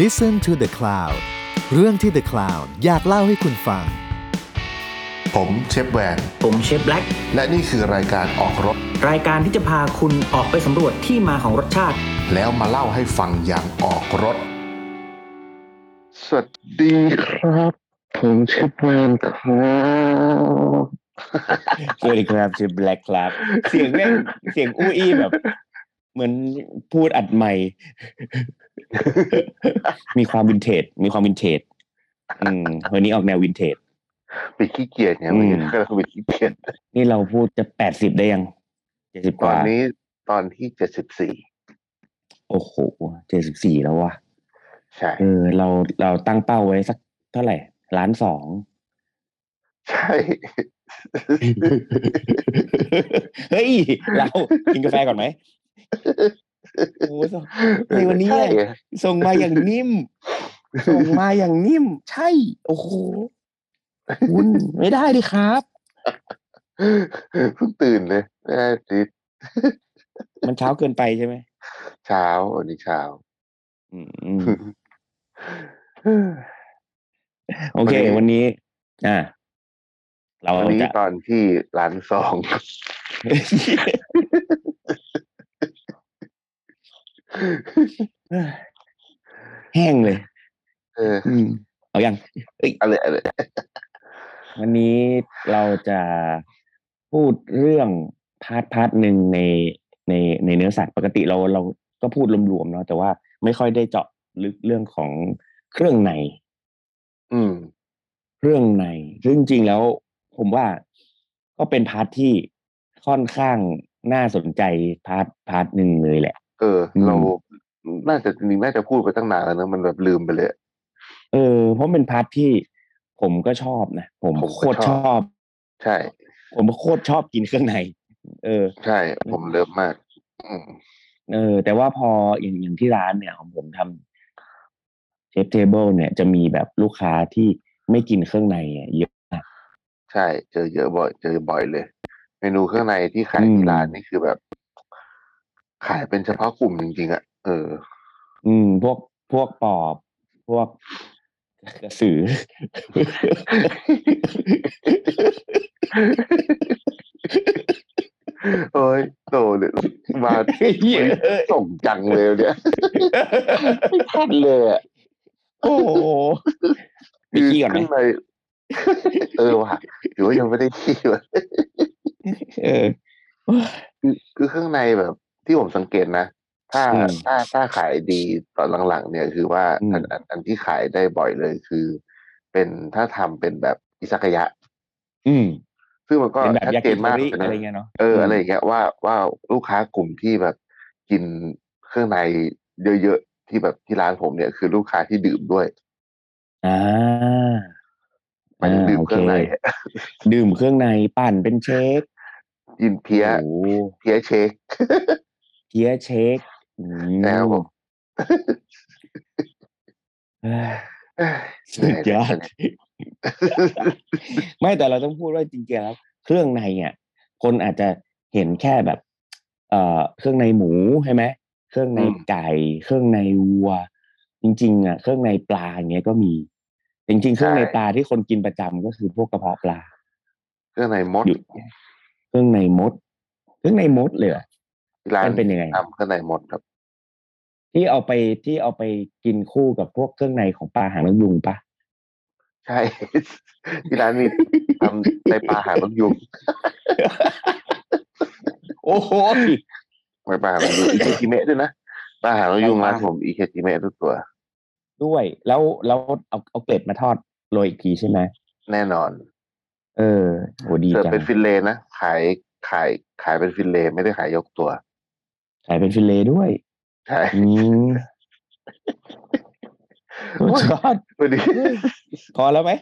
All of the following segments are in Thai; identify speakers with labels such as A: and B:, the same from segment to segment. A: Listen to the Cloud เรื่องที่ The Cloud อยากเล่าให้คุณฟัง
B: ผมเชฟแวน
C: ผมเชฟแบล็ก
B: และนี่คือรายการออกรถ
C: รายการที่จะพาคุณออกไปสำรวจที่มาของรสชาติ
B: แล้วมาเล่าให้ฟังอย่างออกรถ
D: สวัสดีครับ ผมชื่อแมนครับ
E: สวัสดีครับชื่อแบล็กครับ เสียงแม่งเสียงอู้อี้แบบ เหมือนพูดอัดใหม่ มีความวินเทจมีความวินเทจอืมวันนี้ออกแนววินเทจ
D: ปิดขี้เกียจเนี่ยวันนี้
E: อืม
D: กำลังปิดขี้เกียจ
E: นี่เราพูดจะแปดสิบได้ยังเจ็ดสิบก
D: ตอ
E: ว่า
D: นนี้ตอนที่เจ็ดสิบสี่
E: โอ้โหเจ็ดสิบสี่แล้ววะ
D: ใช่
E: เออเราเราตั้งเป้าไว้สักเท่าไหร่ล้านสอง
D: ใช่
E: เฮ้ย เรากินกาแฟก่อนไหมโอ้โหส่งในวันนี้
D: ใช่
E: อะส่งมาอย่างนิ่ ม ส่งมาอย่างนิ่ม ใช่ โอ้โหคุณไม่ได้ดิครับ
D: เพิ่งตื่นเลยแม่ติด
E: มันเช้าเกินไปใช่ไหม
D: เช้าวันนี้เช้า
E: อืม อืมโอเค วันนี้ อ่า เรา
D: วันนี้
E: จะ
D: ตอนที่ร้านสอง
E: แห้งเลย
D: เออ
E: อืมเอายัง
D: อะไรอะไร
E: วันนี้เราจะพูดเรื่องพาร์ทพาร์ทหนึ่งในในในเนื้อสัตว์ปกติเราเราก็พูดรวมๆเนาะแต่ว่าไม่ค่อยได้เจาะลึกเรื่องของเครื่องใน
D: อืม
E: เครื่องในซึ่งจริงๆแล้วผมว่าก็เป็นพาร์ทที่ค่อนข้างน่าสนใจพาร์ทพาร์ทหนึ่งเลยแหละ
D: เออ
E: อืม
D: เรา น่าจะจริงๆน่าจะพูดไปตั้งนานแล้วนะมันแบบลืมไปเลย
E: เออเพราะเป็นพาร์ทที่ผมก็ชอบนะผม
D: ผมก็
E: โคตร
D: ช
E: ช
D: อ
E: อบ บ
D: ใช่
E: ผมโคตรชอบกินเครื่องในเออ
D: ใช่ผมเลิฟมาก อืม
E: เออแต่ว่าพออย่างอย่างที่ร้านเนี่ยของผมทำเชฟเทเบิลเนี่ยจะมีแบบลูกค้าที่ไม่กินเครื่องในอะเยอะ
D: ใช่ เจอเยอะบ่อย เจอบ่อยเลย เมนูเครื่องในที่ขาย
E: อืม
D: ที่ร้านนี่คือแบบ ขายเป็นเฉพาะกลุ่มจริงๆอะ่ะเออ
E: อืม พวกพวกปอบ พวกกระสือ
D: โอ้ยโตเลยมา
E: เหี้ยเอ้ย
D: ส่งจังเลยเนี่ยไม่ทันเลยอะ
E: โอ้โหไปขี้ ก่อนไหม
D: คืข้างใเอ อว่ะหรือว่ายังไม่ได้ขี้วะ
E: เออ
D: คือคือเครื่องในแบบ ที่ผมสังเกตนะ ถ้า
E: อืม
D: ถ้าถ้าขายดีตอนหลังๆ เนี่ย คือว่า
E: อืม
D: อันอันอันที่ขายได้บ่อยเลยคือ เป็นถ้าทำเป็นแบบอิซากายะ
E: อืม
D: ซึ่งมันก็
E: เป็นแบบ
D: ชัด
E: ยา
D: เจ
E: กิ
D: น
E: โท
D: มาก
E: ริ
D: เลย
E: อะไร
D: นะ
E: เงี้ยเนาะ
D: เอออะไรอย่างเงี้ยว่าว่าลูกค้ากลุ่มที่แบบกินเครื่องในเยอะๆที่แบบที่ร้านผมเนี่ยคือลูกค้าที่ดื่มด้วย
E: อ่า
D: หมันดื่ม
E: าโ
D: เครื่องใน
E: ดื่มเครื่องในปั่นเป็นเชค
D: กินเพี้ย
E: โอ้โห
D: เพี้ยเชค
E: เพี้ยเชคอืม
D: แล้วผม เอ้ย
E: สุ ดยอด ไม่แต่เราต้องพูดว่าจริงๆแล้วเครื่องในอ่ะคนอาจจะเห็นแค่แบบ เอ่อเครื่องในหมูใช่ไหมเครื่องในไก่ เครื่องในวัว จริง ๆ อ่ะ เครื่องในปลาอย่างเงี้ยก็มี จริง ๆ เครื่องในปลาที่คนกินประจำก็คือพวกกระเพาะปลา
D: เครื่องในมด
E: อยู่ เครื่องในมด เครื่องในมดเลยเหรอ
D: ที่ร้าน
E: มันเป็นยังไง
D: ทำเครื่องในมดครับ
E: ที่เอาไปที่เอาไปกินคู่กับพวกเครื่องในของปลาหางนกยุงปะ
D: ใช่ ที่ร้านมีทำในปลาหางนกยุง
E: โอ้โห
D: ในปลาหางนกยุงอีเคจิเมะด้วยนะปลาหางนกยุงร้านผมอีเคจิเมะทุกตัว
E: ด้วย แล้วแล้วเอาเอาเกล็ดมาทอดโรยอีกทีใช่ไหม
D: แน่นอน
E: เออโหดี
D: เสิร์ฟ
E: จัง
D: เป็นฟินเลย์นะ ขายขายขายเป็นฟินเลย์ไม่ได้ขายยกตัว
E: ขายเป็นฟิลเลต์ ด้วย
D: ใช่
E: อืมสุดยอด
D: วัน นี้
E: พอแล้วไหม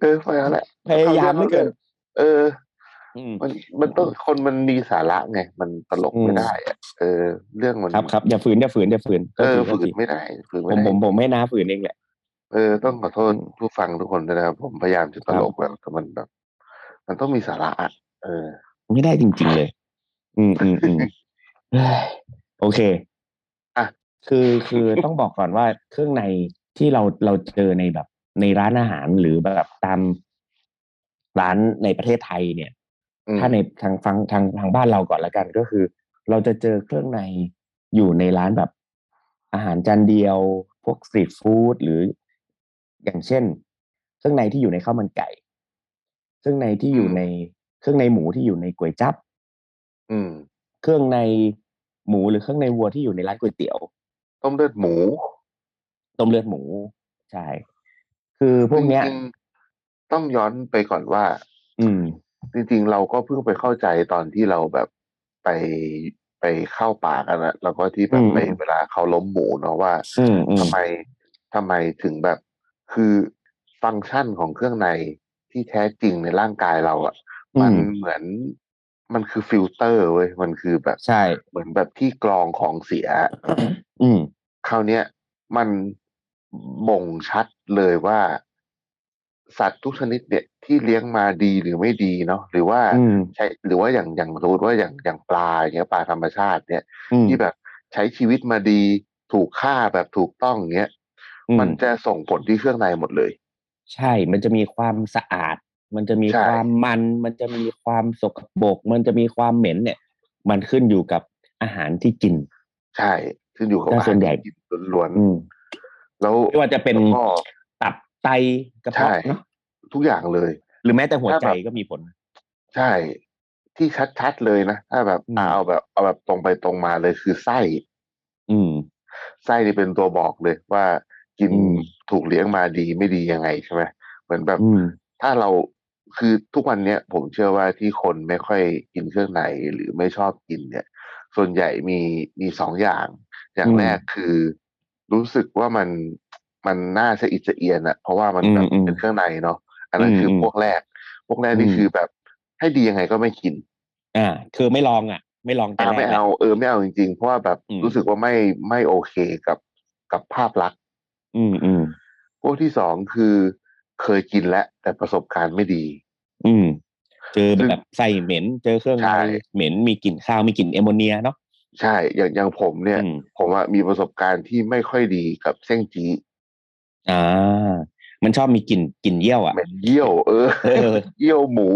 D: เออไปแล้วแหละ
E: พยายามไม่เกิน
D: เออ
E: อืม
D: มันมันต้องคนมันมีสาระไง มันตลกไม่ได้อะเออ เรื่องมัน
E: ครับครับอย่าฝืนอย่าฝืนอย่าฝืน
D: เออ
E: ก็
D: ฝืน
E: จริง
D: ไม่ได้ฝืน
E: ผ
D: ไม่
E: มผ
D: ได้
E: มผมไม่น้าฝืนเองแหละ
D: เออต้องขอโทษผู้ฟังทุกคนด้วยนะครับผมพยายามจะตลกแล้วแต่มันแบบ มันต้องมีสาระอะเออ
E: ไม่ ได้จริง ๆ เลย อืมอืมอืมเฮ้ยโอเค
D: อ่ะ
E: คือคือต้องบอกก่อนว่าเครื่องในที่เราเราเจอในแบบในร้านอาหารหรือแบบตามร้านในประเทศไทยเนี่ย
D: อืม
E: ถ้าในทางฟังทางทางบ้านเราก่อนละกันก็คือ เราจะเจอเครื่องในอยู่ในร้านแบบอาหารจานเดียว พวกสตรีทฟู้ดหรืออย่างเช่น เครื่องในที่อยู่ในข้าวมันไก่ เครื่องในที่อยู่ในเครื่องในหมูที่อยู่ในก๋วยจั๊บ
D: อืม
E: เครื่องในหมูหรือเครื่องในวัวที่อยู่ในร้านก๋วยเตี๋ยว
D: ต้มเลือดหมู
E: ต้มเลือดหมูใช่คือพวกเนี้ย
D: จริงๆต้องย้อนไปก่อนว่า
E: อืม
D: จริงๆ เราก็เพิ่งไปเข้าใจตอนที่เราแบบไปไปเข้าป่ากันนะแล้วก็ที่แบ
E: อื
D: บ
E: ม
D: ไปเวลาเขาล้มหมูเนาะว่า
E: อืมอืม
D: ทำไมทำไมถึงแบบคือฟังก์ชันของเครื่องในที่แท้จริงในร่างกายเราอะ่ะ
E: อื
D: มัน
E: ม
D: เหมือนมันคือฟิลเตอร์เว้ยมันคือแบบ
E: ใช่
D: เหมือนแบบที่กรองของเสีย
E: อืม
D: คราวเนี้ยมันบ่งชัดเลยว่า สัตว์ทุกชนิดเนี่ยที่เลี้ยงมาดีหรือไม่ดีเนาะหรือว่า
E: อืม
D: ใช้หรือว่าอย่างอย่างสมมติว่าอย่างอย่างปลาอย่างเงี้ยปลาธรรมชาติเนี่ย
E: อืม
D: ที่แบบใช้ชีวิตมาดีถูกฆ่าแบบถูกต้องเงี้ย
E: อื
D: มันจะส่งผลที่เครื่องในหมดเลย
E: ใช่ มันจะมีความสะอาด มันจะมี
D: ใช่
E: ความมัน มันจะมีความสกปรกมันจะมีความเหม็นเนี่ย มันขึ้นอยู่กับอาหารที่กิน
D: ใช่ขึ้นอยู่กับ
E: แต่ส่วนใหญ่
D: อาารที่กินล้วน
E: อืม
D: ๆแล้ว
E: ไม่ว่าจะเป็น
D: แล้วก็
E: ตับไตกระ
D: ใช่
E: เพาะเนาะ
D: ทุกอย่างเลย
E: หรือแม้แต่หัวใจ
D: ถ้าแบบ
E: ก็มีผล
D: ใช่ที่ชัดๆเลยนะถ้าแบบ
E: อืม
D: อ่ะเอาแบบเอาแบบตรงไปตรงมาเลยคือไส้
E: อืม
D: ไส้นี่เป็นตัวบอกเลยว่ากิน
E: อืม
D: ถูกเลี้ยงมาดีไม่ดียังไงใช่ไหมเหมือนแบบ
E: อืม
D: ถ้าเราคือทุกวันเนี้ยผมเชื่อว่าที่คนไม่ค่อยกินเครื่องในหรือไม่ชอบกินเนี่ย ส่วนใหญ่มีมีสองอย่าง อย่าง
E: อืม
D: แรกคือ รู้สึกว่ามันมันน่าจะอิจฉาเอียนอะเพราะว่ามันแบบ
E: อืมอืม
D: เป็นเครื่องในเนาะอันนั้น
E: อืม
D: คืออ
E: ม
D: พวกแรก พวกแรกนี่
E: อืม
D: คือแบบ ให้ดียังไงก็ไม่กิน
E: อ่า คือไม่ลองอ่ะ ไม่ลองแต่
D: อ่า
E: แร
D: ไม่
E: ก
D: เอาเออไม่เอาจริงๆ เพราะว่าแบบ
E: อืม
D: รู้สึกว่าไม่ไม่โอเคกับกับภาพลักษณ์
E: อืมอืม
D: พวกที่สองคือเคยกินแล้วแต่ประสบการณ์ไม่ดี
E: อืม เจอ
D: ซึ่ง
E: แบบไส้เหม็น เจอเครื่อง
D: ใช่
E: ในเหม็น มีกลิ่นข้าว มีกลิ่นแอมโมเนียเนาะ
D: ใช่อย่างอย่างผมเนี่ย
E: อืม
D: ผมอะมีประสบการณ์ที่ไม่ค่อยดีกับเส้นจี
E: อ่า มันชอบมีกลิ่นกลิ่นเยี่ยวอ่ะ
D: เหม็นเยี่ยวเอ อ
E: เอ อ
D: เยี่ยวหมู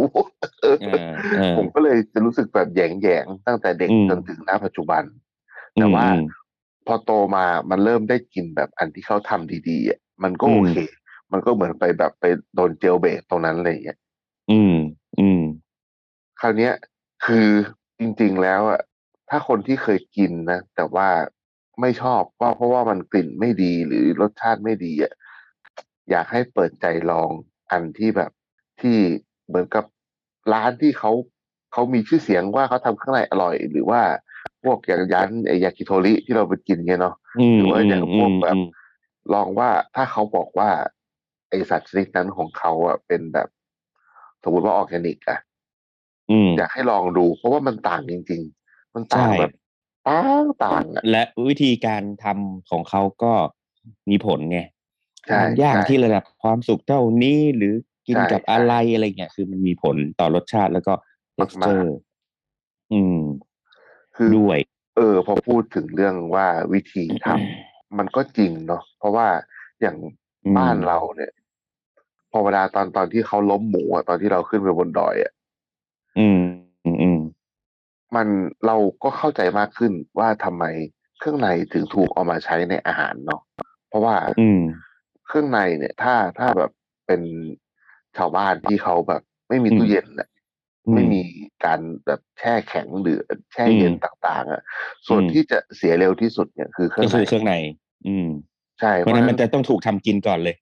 D: เออ
E: เออเออ
D: ผมก็เลยจะรู้สึกแบบแยงแยงๆตั้งแต่เด็ก
E: อืม
D: จนถึงณปัจจุบัน แต่ว่า
E: อืม
D: พอโตมามันเริ่มได้กินแบบอันที่เขาทำดีๆอะมันก็
E: อืม
D: โอเค มันก็เหมือนไปแบบไปโดนเจลเบรกตรงนั้นอะไรอย่างเงี้ย
E: อืม อืม
D: คราวเนี้ยคือจริงๆแล้วอะถ้าคนที่เคยกินนะแต่ว่าไม่ชอบว่าเพราะว่ามันกลิ่นไม่ดีหรือรสชาติไม่ดีอะ อยากให้เปิดใจลองอันที่แบบที่เหมือนกับร้านที่เขาเขามีชื่อเสียงว่าเขาทำข้างในอร่อย หรือว่าพวกอย่างร้านไอ้ยากิโทริที่เราไปกินเนี่ยเนาะ
E: อืม
D: หรือว่าอย่างพวกแบบ
E: อืม
D: ลองว่าถ้าเขาบอกว่า ไอสัตว์ชนิดนั้นของเขาอ่ะเป็นแบบ สมมติว่าออร์แกนิกอ่ะ
E: อืม
D: อยากให้ลองดู เพราะว่ามันต่างจริง ๆ มันต่าง
E: ใช่
D: แบบต่างต่างอ่ะ
E: และวิธีการทำของเขาก็มีผลไง
D: ใช่
E: ความย่าง
D: ใช่
E: ที่ระดับความสุกเท่านี้หรือกิน
D: ใช่
E: กับอะไรอะไรเงี้ยคือมันมีผลต่อรสชาติแล้วก็
D: มาก
E: texture อืม
D: คือ
E: ด้วย
D: เออพอพูดถึงเรื่องว่าวิธีทำ มันก็จริงเนาะเพราะว่าอย่าง
E: อืม
D: บ้านเราเนี่ย พอเวลาตอนตอนที่เขาล้มหมูอะตอนที่เราขึ้นไปบนดอยอะ
E: อืม อืมอืม
D: มันเราก็เข้าใจมากขึ้นว่าทำไมเครื่องในถึงถูกเอามาใช้ในอาหารเนาะเพราะว่า
E: อืม
D: เครื่องในเนี่ย ถ้าถ้าแบบเป็นชาวบ้านที่เขาแบบ ไม่มี
E: อืม
D: ตู้เย็นอะ
E: อื
D: ไม่มีการแบบแช่แข็งหรือแช่เย็น
E: อืม
D: ต่าง ๆอะส่วน
E: อืม
D: ที่จะเสียเร็วที่สุดเนี่ยคือเครื่อ
E: ก็
D: งใน
E: คือเครื่องใน อืม
D: ใช่
E: เพราะฉะนั้น
D: ฉ
E: มันจะต้องถูกทำกินก่อนเลย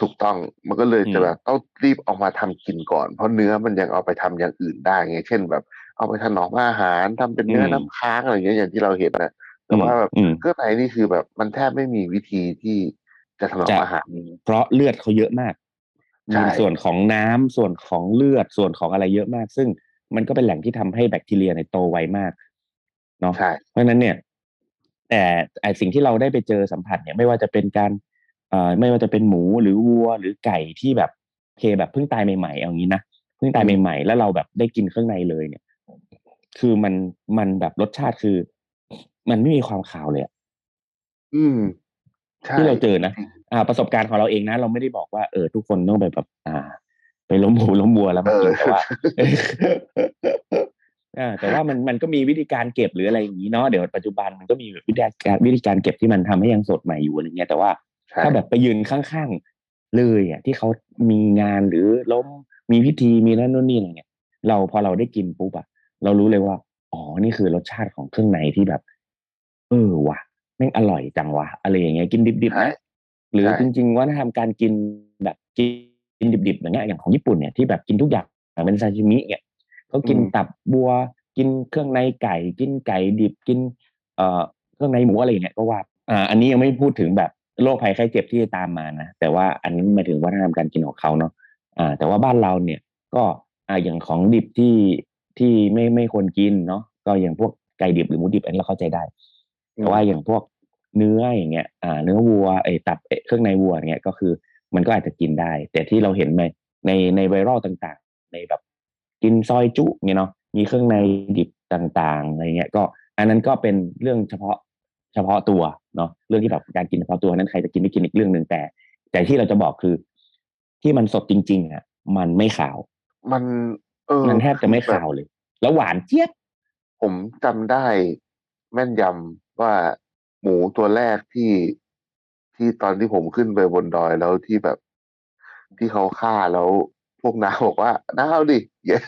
D: ถูกต้องมันก็เลย
E: อืม
D: จะแบบต้องรีบเออกมาทำกินก่อน เพราะเนื้อมันยังเอาไปทำอย่างอื่นได้ไงเช่นแบบ เอาไปถนอมอาหารทำเป็นเนื้อน้ำค้างอะไรอย่างเงี้ยอย่างที่เราเห็นนะแต่ว่าแบบ
E: อืม
D: เครื่องในนี่คือแบบมันแทบไม่มีวิธีที่จะถนอม
E: จะ
D: อาหาร
E: เพราะเลือดเขาเยอะมาก
D: ใช่
E: มีส่วนของน้ำส่วนของเลือดส่วนของอะไรเยอะมาก ซึ่งมันก็เป็นแหล่งที่ทำให้แบคทีเรียในยโตไวมากเนาะ
D: ใช่
E: เพราะฉะนั้นเนี่ย แต่ไอสิ่งที่เราได้ไปเจอสัมผัสเนี่ยไม่ว่าจะเป็นการเอ่อไม่ว่าจะเป็นหมูหรือวัวหรือไก่ที่แบบโอเคแบบเพิ่งตายใหม่ๆเอางี้นะเพิ่งตายใหม่ๆ แล้วเราแบบได้กินเครื่องในเลยเนี่ย คือมันมันแบบรสชาติคือ มันไม่มีความขาวเลยอะ
D: อืม ใช่
E: ที่เราเจอนะอ่า ประสบการณ์ของเราเองนะ เราไม่ได้บอกว่าเออทุกคนต้องไปแบบอ่า ไปล้มหมูล้มวัวแล้วมากิน
D: เออ
E: แต่ว่า อ่าแต่ว่ามันมันก็มีวิธีการเก็บหรืออะไรอย่างนี้เนาะเดี๋ยวปัจจุบันมันก็มีวิธีการวิธีการเก็บที่มันทำให้ยังสดใหม่อยู่อะไรเงี้ยแต่ว่า
D: ใช่
E: ถ้าแบบไปยืนข้างๆเลยอ่ะที่เขามีงานหรือล้มมีพิธีมีนั่นนู่นนี่อะไรเงี้ยเราพอเราได้กินปุ๊บอ่ะเรารู้เลยว่าอ๋อนี่คือรสชาติของเครื่องในที่แบบ เออว่ะแม่งอร่อยจังวะอะไรอย่างเงี้ยกินดิบๆ
D: ใช่
E: นะหรือ
D: ใช่
E: จริงๆว่าถ้าทำการกินแบบกินดิบๆอย่างเงี้ยอย่างของญี่ปุ่นเนี่ยที่แบบกินทุกอย่างเป็นซาชิมิเนี่ยเขากินตับบัว กินเครื่องในไก่ กินไก่ดิบกิน เอ่อเครื่องในหมูอะไรอย่างเงี้ยก็ว่าอ่า อันนี้ยังไม่พูดถึงแบบโรคภัยไข้เจ็บที่จะตามมานะแต่ว่าอันนี้หมายถึงวัฒนธรรมการกินของเขาเนาะอ่า แต่ว่าบ้านเราเนี่ย ก็อ่าอย่างของดิบที่ที่ไม่ไม่ควรกินเนาะก็อย่างพวกไก่ดิบหรือหมูดิบอันนี้เราเข้าใจได้ แต่ว่าอย่างพวกเนื้ออย่างเงี้ย อ่า เนื้อวัวไอ้ยตับเอ้ยเครื่องในวัวอย่างเงี้ยก็คือ มันก็อาจจะกินได้ แต่ที่เราเห็นในในในไวรัลต่างๆ ในแบบกินซอยจุเงี้ยเนาะมีเครื่องในดิบต่างๆอะไรเงี้ยก็ อันนั้นก็เป็นเรื่องเฉพาะเฉพาะตัวเนาะเรื่องที่แบบการกินเฉพาะตัวนั้นใครจะกินไม่กินอีกเรื่องหนึ่งแต่ แต่ที่เราจะบอกคือ ที่มันสดจริง ๆอ่ะมันไม่ขาว
D: มัน เออ
E: มันแทบจะไม่
D: คือ
E: ขา
D: บบ
E: วเลย แล้วหวานเจี๊ยบ
D: ผมจำได้แม่นยำว่าหมูตัวแรกที่ที่ตอนที่ผมขึ้นไปบนดอยแล้วที่แบบ ที่เขาฆ่าแล้ว พวกน้าบอกว่าน้าเอาดิ อย่า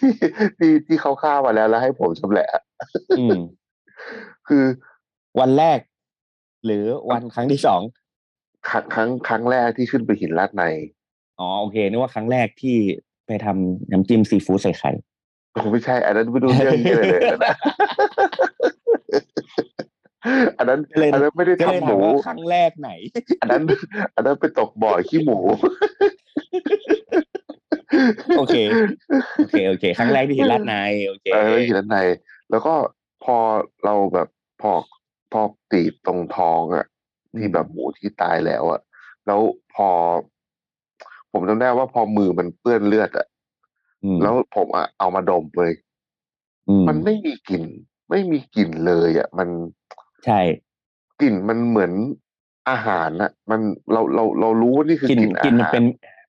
D: ที่ที่ที่เขาฆ่ามาแล้วแล้วให้ผมชำแหละอะ
E: อืม
D: คือ
E: วันแรก หรือวันครั้งที่สอง
D: ครั้งครั้งครั้งแรกที่ขึ้นไปหินลาดใน
E: อ๋อโอเคนึกว่าครั้งแรกที่ไปทำน้ำจิ้มซีฟู้ดใส่ไข่
D: ผมไม่ใช่ อันนั้นไม่รู้เรื่องนี้ยเลยเลยนะ อันนั้น
E: ก็เลย
D: อันนั้นไม่ได้
E: ก็เลย
D: ทำห
E: ถาม
D: มู
E: ว่าครั้งแรกไหน
D: อันนั้น อันนั้นไปตกบ่อขี้หมู
E: โอเค โอเคโอเค ครั้งแรกที่เห็นลาดในโอเค
D: เออแล้วอยู่ด้านในแล้วก็พอเราแบบพอพอตีบตรงท้องอะ่ะ
E: อืม
D: ที่แบบหมูที่ตายแล้วอะ่ะ แล้วพอ ผมจำได้ว่าพอมือมันเปื้อนเลือดอะ่ะ
E: อืม
D: แล้วผมอะ่ะเอามาดมเลย
E: อืม
D: มันไม่มีกลิ่น ไม่มีกลิ่นเลยอะ่ะ มัน
E: ใช่
D: กลิ่นมันเหมือนอาหารอะมันเราเราเรารู้ว่านี่คือก
E: ลิน
D: กลิ่น
E: กลิ
D: อาน
E: มัน
D: หาร
E: เป็น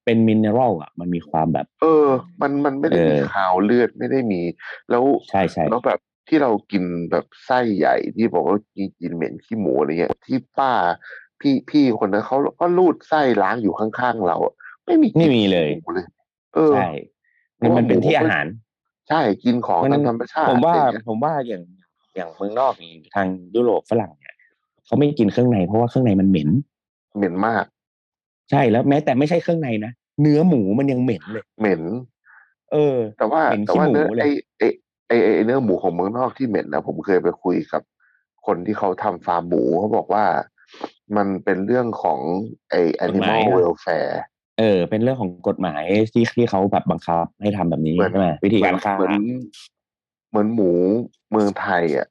E: เป็นมินเนอรัลอ่ะ มันมีความแบบ
D: เออ มันมันไม่ได้มี
E: เออ
D: คาวเลือดไม่ได้มี แล้ว
E: ใช่ใช่
D: แล้วแบบที่เรากินแบบไส้ใหญ่ที่บอกว่ากินกินเหม็นขี้หมูอะไรเงี้ยที่ป้าพี่พี่คนนั้นเขาก็รูดไส้ล้างอยู่ข้างๆเราอะไม่มีก
E: ไม่
D: ลิ่น
E: มีเลย
D: หมูเลย เออ
E: ใช่นี่มันเป็นที่อาหาร
D: ใช่กินของ
E: เพราะฉะนั้
D: ตาม
E: น
D: ธรรมชาติ
E: ผมว่า
D: อะไรเงี้ย
E: ผมว่าอย่างอย่างเมืองนอกอย่างทางยุโรปฝรั่งเนี่ยเขาไม่กินเครื่องในเพราะว่าเครื่องในมันเหม็น
D: เหม็นมาก
E: ใช่แล้วแม้แต่ไม่ใช่เครื่องในนะเนื้อหมูมันยังเหม็นเลย
D: เหม็น
E: เออ
D: แต่ว่า
E: เหม็น
D: แต่ว่า
E: ขี้หมู
D: เนื้อ
E: เลย
D: ไอไอไอไอ้ไอ้เนื้อหมูของเมืองนอกที่เหม็นนะผมเคยไปคุยกับ คนที่เขาทำฟาร์มหมูเขาบอกว่ามันเป็นเรื่องของไอ animal
E: กฎหมายอะ
D: welfare
E: เออ เป็นเรื่องของกฎหมายที่ที่เขาแบบบังคับให้ทำแบบนี้
D: เหมือน
E: ใช่ไหมวิธีการฆ่า
D: เหมือนเหมือนหมูเมืองไทยอ่ะ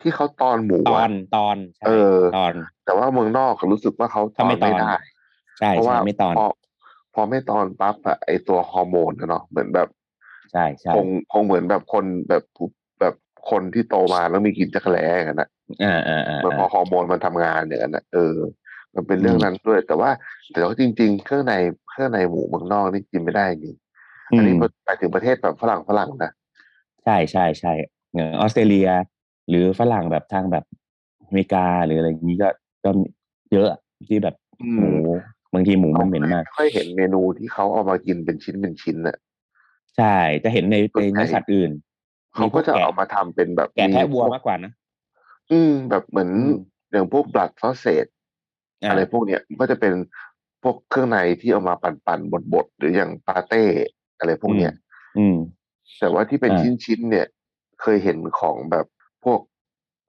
D: ที่เขาตอนหมู
E: ตอ
D: อะ
E: นตอนใช่
D: เออ
E: ตอน
D: แต่ว่าเมืองนอกรู้สึกว่าเขาต
E: ถ้า
D: อน
E: ไม่ตอ
D: ไม่
E: น
D: ได้
E: ใช่
D: เพราะ
E: ใช่
D: ว่า
E: ไม่ตอน
D: พอพอไม่ตอนปั๊บอะไอตัวฮอร์โมนอะเนาะเหมือนแบบ
E: ใช่ใช่
D: คงคงเหมือนแบบคนแบบผู้แบบคนที่โตมาแล้วมีกินจักรแล้อย่างนั้นอะ
E: อ่าอ่าอ่า
D: มันพอฮอร์โมนมันทำงานอย่างนั้นอะเออ มันเป็นเรื่องนั้นด้วย แต่ว่าแต่ว่าจริง ๆ เครื่องในเครื่องในหมูเมืองนอกนี่กินไม่ได้จริง
E: อื
D: อันนี้
E: ม
D: หมายถึงประเทศแบบฝรั่งฝรั่งนะ
E: ใช่ใช่ใช่อย่างออสเตรเลีย หรือฝรั่งแบบทางแบบอเมริกาหรืออะไรอย่างนี้ก็ก็เยอะที่แบบ
D: อืม
E: หมูบางทีหมูมันเหม็นมาก
D: ไค่อยเห็นเมนูที่เขาเอามากินเป็นชิ้นเป็นชิ้นน่ะ
E: ใช่ จะเห็นในในเนื้อสัตว์อื่น
D: เขาก็จะเอามาทำเป็นแบบ
E: แกะแทะวัว
D: พ
E: มากกว่านะ
D: อืม แบบเหมือนอย่างพวกบลัดซอสเซจ
E: า
D: อะไรพวกเนี้ยมันก็จะเป็นพวกเครื่องในที่เอามาปั่นๆบดๆหรืออย่างปาเต้อะไรพวกเนี้ย
E: อืม
D: แต่ว่าที่เป็น
E: อ่า
D: ชิ้นๆเนี่ย เคยเห็นของแบบพวก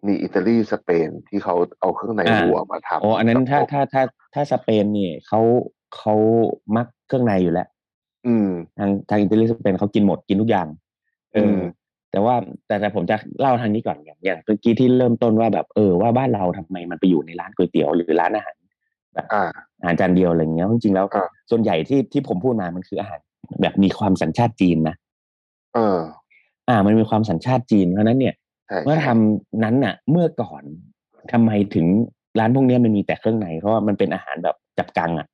D: มีอิตาลีสเปนที่เขาเอาเครื่องในวัวมาทำ
E: โอ้อันนั้นถ้า
D: แบบพวก
E: ถ้าถ้าถ้าสเปนนี่เขาเขามักเครื่องในอยู่แล้ว
D: อืม
E: ทางทางอิตาลีสเปนเขากินหมดกินทุกอย่าง เออ
D: ม
E: อแต่ว่าแต่แต่ผมจะเล่าทางนี้ก่อนอย่างอย่างเมื่อกี้ที่เริ่มต้นว่าแบบเออว่าบ้านเราทำไมมันไปอยู่ในร้านก๋วยเตี๋ยวหรือร้านอาหารแบบ
D: อ่า
E: อาหารจานเดียวอะไรเงี้ยจริงๆแล้ว
D: อ่า
E: ส่วนใหญ่ที่ที่ผมพูดมามันคืออาหารแบบมีความสัญชาติจีนนะ
D: เออ
E: อ่า มันมีความสัญชาติจีนเพราะฉะนั้นเนี่ย
D: ใช่
E: ว่าทำนั้นน่ะ เมื่อก่อนทำไมถึง ร้านพวกเนี้ยมันมีแต่เครื่องในเพราะว่ามันเป็นอาหารแบบจับกังอ่ะ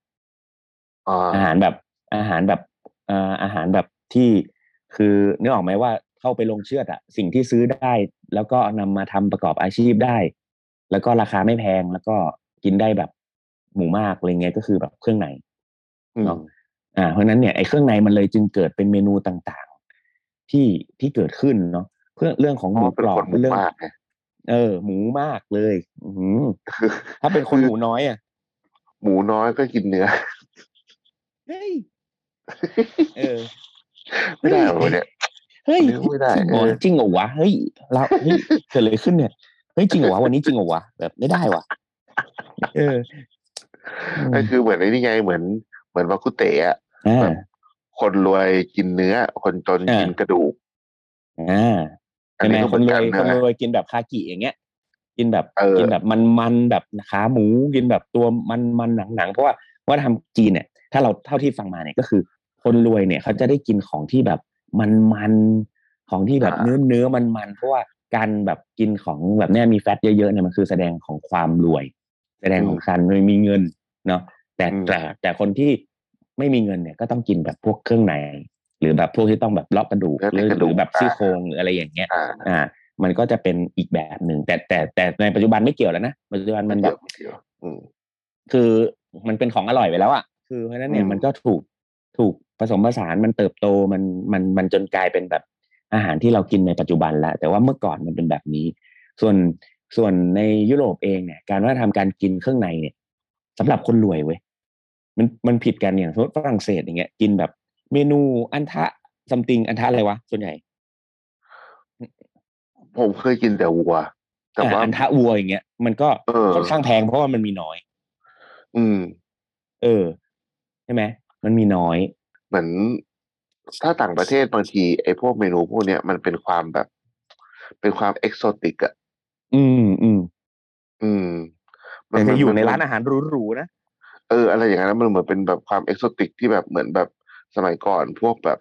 D: อ่า
E: อาหารแบบอาหารแบบเอ่ออาหารแบบที่คือนึกออกไหมว่าเข้าไปลงเชือดอะสิ่งที่ซื้อได้ แล้วก็นำมาทำประกอบอาชีพได้ แล้วก็ราคาไม่แพงแล้วก็กินได้แบบหมู่มากอะไรเงี้ยก็คือแบบเครื่องใน
D: อืม
E: เนาะอ่าเพราะฉะนั้นเนี่ยไอ้เครื่องในมันเลยจึงเกิดเป็นเมนูต่างๆ ที่ที่เกิดขึ้นเนาะเพื่อเรื่องของห
D: อ๋อ
E: มู
D: เป็
E: ก
D: น
E: รอ
D: ค
E: บ
D: นหมุก
E: เรื่อง
D: มากไง
E: เออ หมูมากเลย อือหื อ
D: คือ
E: ถ้าเป็นคนหมูน้อยอ่ะ
D: หมูน้อยก็กินเนื้อ
E: เฮ้ย เออ
D: ไม่ได้เหรอวะเนี่ย
E: เฮ้ย
D: เรียกไม่ได้
E: จริงเหรอ
D: เออ
E: จริงเหรอวะ เฮ้ยเราเฮ้ยเกิดอะไรขึ้นเนี่ย เฮ้ยจริงเหรอวะวันนี้จริงเหรอวะแบบไม่ได้วะเออ
D: ก็คือเหมือนไอ้นี่ไงเหมือนเหมือนวาคุเตะอะ
E: อ่า
D: คนรวยกินเนื้อ คนจน
E: อ่ากิ
D: กินกระดูก
E: อ่า
D: อั
E: ใช่
D: น
E: ไหม
D: นี้ก็
E: ค
D: เป็น น
E: ร
D: กา
E: ว
D: ร
E: ยค
D: เนื้
E: น
D: อ
E: รวยกินแบบคากิอย่างเงี้ย กินแบบ
D: เออ
E: กินแบบมันมันๆแบบขาหมูกินแบบตัวมันมันหนังหนังๆเพราะว่าว่าทำจีนเนี่ย ถ้าเราเท่าที่ฟังมาเนี่ยก็คือ คนรวยเนี่ยเขาจะได้กินของที่แบบมันมันๆของที่แบบ
D: อ่า
E: เนื้อเนื้อมันมันๆเพราะว่าการแบบกินของแบบเนี้ยมีแฟตเยอะๆเนี่ยมันคือแสดงของความรวย แสดงของการมีเงินเนาะแต่
D: อืม
E: แต่แต่คนที่ไม่มีเงินเนี่ยก็ต้องกินแบบพวกเครื่องในหรือแบบพวกที่ต้องแบบเลาะกระดูกหรือหรือแบบซี่โครงหรืออะไรอย่างเงี้ย
D: อ่า
E: อ่ามันก็จะเป็นอีกแบบหนึ่งแต่แต่แต่ในปัจจุบันไม่เกี่ยวแล้วนะปัจจุบันมันแบ
D: เดี๋ย
E: บ
D: วเดี๋ยวอืม
E: คือมันเป็นของอร่อยไปแล้วอ่ะคือเพราะฉะนั้นเนี่ย
D: อืม
E: มันก็ถูกถูกผสมผสานมันเติบโตมันมันมันจนกลายเป็นแบบอาหารที่เรากินในปัจจุบันแล้วแต่ว่าเมื่อก่อนมันเป็นแบบนี้ ส่วนส่วนในยุโรปเองเนี่ยการว่าทำการกินเครื่องในเนี่ยสำหรับคนรวยเว้ยมันมันผิดกันอย่างสมมติฝรั่งเศสอย่างเงี้ยกินแบบเมนูอันทะซัมติงอันทะอะไรวะส่วนใหญ่
D: ผมเคยกินแต่วัว แต่
E: อ่ะ
D: ว่า
E: อันทะวัวอย่างเงี้ยมันก็
D: เออ
E: ค่อนข้างแพงเพราะว่ามันมีน้อย
D: อืม
E: เออใช่ไหมมันมีน้อย
D: เหมือนถ้าต่างประเทศบางทีไอ้พวกเมนูพวกเนี้ยมันเป็นความแบบ เป็นความเอกโซติกอ่ะ
E: อืมอืม
D: อืม
E: แต่จะอยู่ในร้าน
D: มั
E: อาหารหรูๆนะ
D: เอออะไรอย่างนั้นมันเหมือนเป็นแบบความเอกโซติกที่แบบเหมือนแบบสมัยก่อนพวกแบบ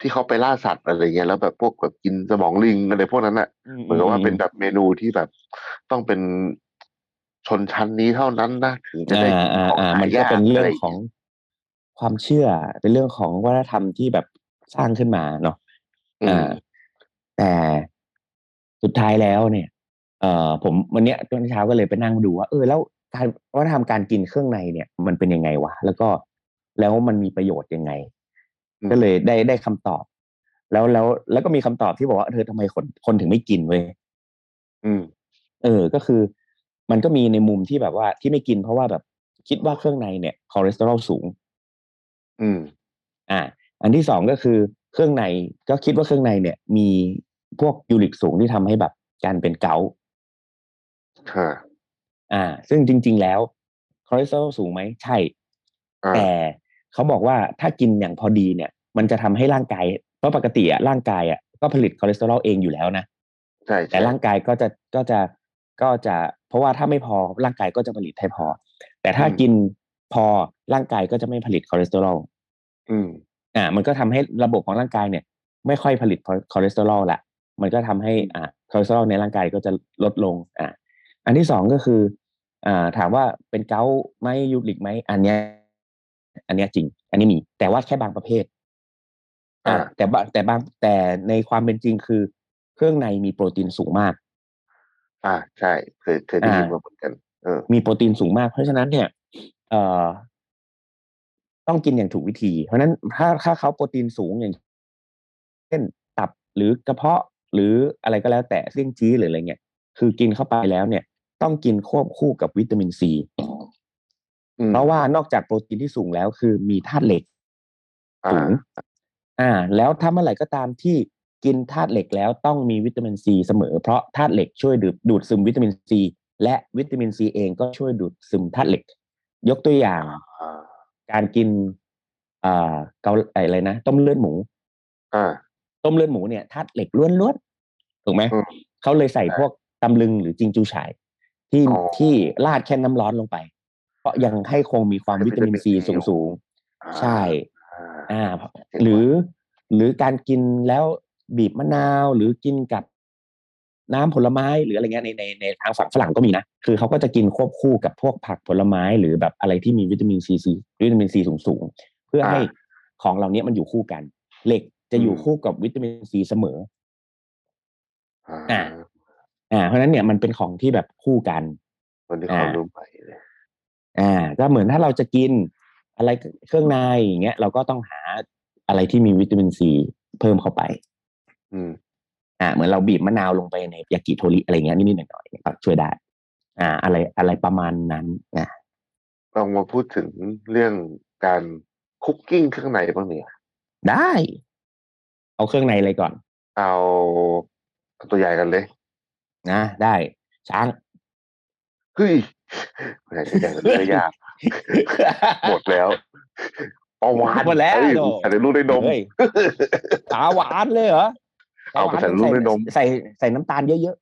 D: ที่เขาไปล่าสัตว์อะไรเงี้ยแล้วแบบพวกแบบกินสมองลิงอะไรพวกนั้นอ่ะ เหมือนกับว่าเป็นแบบเมนูที่แบบต้องเป็นชนชั้นนี้เท่านั้นนะถึงจะได้กิน
E: อ่า
D: ของ
E: อ่า
D: หา
E: มันก็
D: ยาก
E: เป็นเรื่
D: อะ
E: อง
D: ไร
E: ของความเชื่อ เป็นเรื่องของวัฒนธรรมที่แบบสร้างขึ้นมาเนาะ
D: อืม
E: อ่า แต่สุดท้ายแล้วเนี่ย เอ่อ ผมวันเนี้ยตอนเช้าก็เลยไปนั่งดูว่าเออแล้วการวัฒนธรรมการกินเครื่องในเนี่ย มันเป็นยังไงวะแล้วก็แล้วมันมีประโยชน์ยังไง ก็เลยได้ได้คำตอบ แล้วแล้วแล้วก็มีคำตอบที่บอกว่าเธอทำไมคนคนถึงไม่กินเว้ย
D: อืม
E: เออ ก็คือมันก็มีในมุมที่แบบว่าที่ไม่กินเพราะว่าแบบคิดว่าเครื่องในเนี่ยคอเลสเตอรอลสูง
D: อืม
E: อ่า อันที่สองก็คือเครื่องในก็คิดว่าเครื่องในเนี่ย มีพวกยูริกสูงที่ทำให้แบบการเป็นเกาต์
D: ค่ะ
E: อ่า ซึ่งจริง ๆ แล้วคอเลสเตอรอลสูงไหมใช่
D: อ่า
E: แต่เขาบอกว่าถ้ากินอย่างพอดีเนี่ย มันจะทำให้ร่างกายเพราะปกติอะร่างกายอะก็ผลิตคอเลสเตอรอลเองอยู่แล้วนะ
D: ใช่
E: แต่
D: ใช่
E: ร่างกายก็จะก็จะก็จะเพราะว่าถ้าไม่พอร่างกายก็จะผลิตให้พอ แต่ถ้า
D: อืม
E: กินพอร่างกายก็จะไม่ผลิตคอเลสเตอรอล
D: อืม
E: อ่ามันก็ทำให้ระบบของร่างกายเนี่ย ไม่ค่อยผลิตคอเลสเตอรอลละมันก็ทำให้อ่าคอเลสเตอรอลในร่างกายก็จะลดลงอ่าอันที่สองก็คืออ่าถามว่าเป็นเกาต์ไหมยูริกไหมอันเนี้ยอันเนี้ยจริง อันนี้มีแต่ว่าแค่บางประเภท อ่า
D: อ่า
E: แต่บะแต่บางแต่ในความเป็นจริงคือ เครื่องในมีโปรตีนสูงมาก
D: อ่า ใช่ เคย เคยได้ยิน
E: อ่าม
D: มาเหมือนกัน เออ
E: มีโปรตีนสูงมาก เพราะฉะนั้นเนี่ยเอ่อต้องกินอย่างถูกวิธี เพราะฉะนั้นถ้าถ้าเขาโปรตีนสูงอย่างเช่นตับหรือกระเพาะหรืออะไรก็แล้วแต่เสี่ยงจี้หรืออะไรเงี้ยคือกินเข้าไปแล้วเนี่ย ต้องกินควบคู่กับวิตามินซี
D: อืม
E: เพราะว่านอกจากโปรตีนที่สูงแล้วคือมีธาตุเหล็ก
D: อ่า
E: สูง อ่า แล้วถ้าเมื่อไหร่ก็ตามที่กินธาตุเหล็กแล้วต้องมีวิตามินซีเสมอ เพราะธาตุเหล็กช่วยดูดดูดซึมวิตามินซีและวิตามินซีเองก็ช่วยดูดซึมธาตุเหล็ก ยกตัวอย่าง
D: อ่า
E: การกินอ่าเกาอะไรนะ ต้มเลือดหมู
D: อ่า
E: ต้มเลือดหมูเนี่ยธาตุเหล็กล้วนๆถูกไหม
D: อืม
E: เขาเลยใส่พวกตำลึงหรือจิงจูฉาย ที่
D: อ๋อ
E: ที่ราดแค่น้ำร้อนลงไป เพราะยังให้คงมีความ
D: ให้
E: วิตามิน
D: วิตามิน
E: ซี
D: ซีอยู่
E: สูง
D: อ่า
E: ๆใช่
D: อ่า
E: อ่า
D: เห็นด้วย
E: หรือหรือการกินแล้วบีบมะนาว หรือกินกับ น้ำผลไม้หรืออะไรเงี้ยในในในทางฝั่งฝรั่งก็มีนะ คือเขาก็จะกินควบคู่กับพวกผักผลไม้หรือแบบอะไรที่มีวิตามินซีซีวิตามินซีสูงสูงๆเพื่อให้ของเหล่านี้มันอยู่คู่กัน เหล็กจะอยู่
D: อืม
E: คู่กับวิตามินซีเสมอ
D: อ่า
E: อ่ะ อ่าเพราะฉะนั้นเนี่ยมันเป็นของที่แบบคู่กัน
D: วันนี้ความรู้ใหม่เลย
E: อ่าก็เหมือนถ้าเราจะกินอะไรเครื่องในอย่างเงี้ยเราก็ต้องหาอะไรที่มีวิตามินซีเพิ่มเข้าไป
D: อืม
E: อ่าเหมือนเราบีบมะนาวลงไปในยากิโทริอะไรเงี้ยนิดๆหน่อยๆก็ช่วยได้ อ่า อะไรอะไรประมาณนั้นนะ
D: ลองมาพูดถึงเรื่องการคุกกิ้งเครื่องในบ้างเนี่ย
E: ได้ เอาเครื่องในอะไรก่อน
D: เอาตัวใหญ่กันเลย
E: นะได้ช้าง
D: เฮ้ยไม่ใช่ตัวใหญ่กันเลยยาก หมดแล้วปลาวาน
E: หมดแล้ว
D: เอ้ย
E: โด
D: ใส่ในลูกในนม
E: เฮ้ยตาหวานเลยเหรอ
D: เอาไปใส่ลูกในนม
E: ใส่ใส่น้ำตาลเยอะ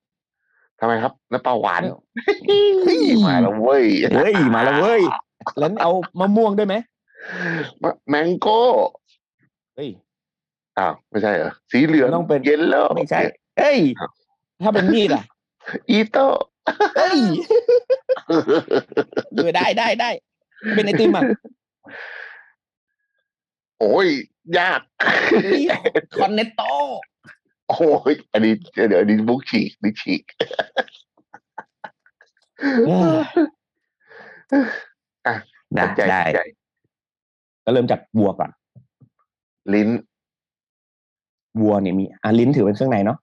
D: ทำไมครับ แล้วปลาวาน
E: ๆ
D: เฮ้ยมาแล้วเว้ย
E: เฮ้ย มาแล้วเว้ยแล้วเอามะม่วงด้วยไหม
D: แมงโก้
E: เฮ้ย
D: อ้าวไม่ใช่เหรอสีเหลือง
E: ต้องเป็น
D: เย็นแล้ว
E: ไม่ใช่ เอ้ย
D: ครับ
E: ถ้าเป็นมีดอ่ะ
D: อีโต้
E: เอ้ย เออได้ได้ได้ เป็นไอติมอ่ะ
D: โอ้ยยาก
E: คอนเนตโต
D: โอ้ยอันนี้เดี๋ยวอันนี้บุกฉีกนี่ฉีก อ่ะ
E: ได้
D: ใหญ่
E: ได้
D: ใหญ่
E: ก็เริ่มจากวัวก่อน
D: ลิ้น
E: วัวเนี่ยมีอ่ะลิ้นถือเป็นเครื่องในเนาะ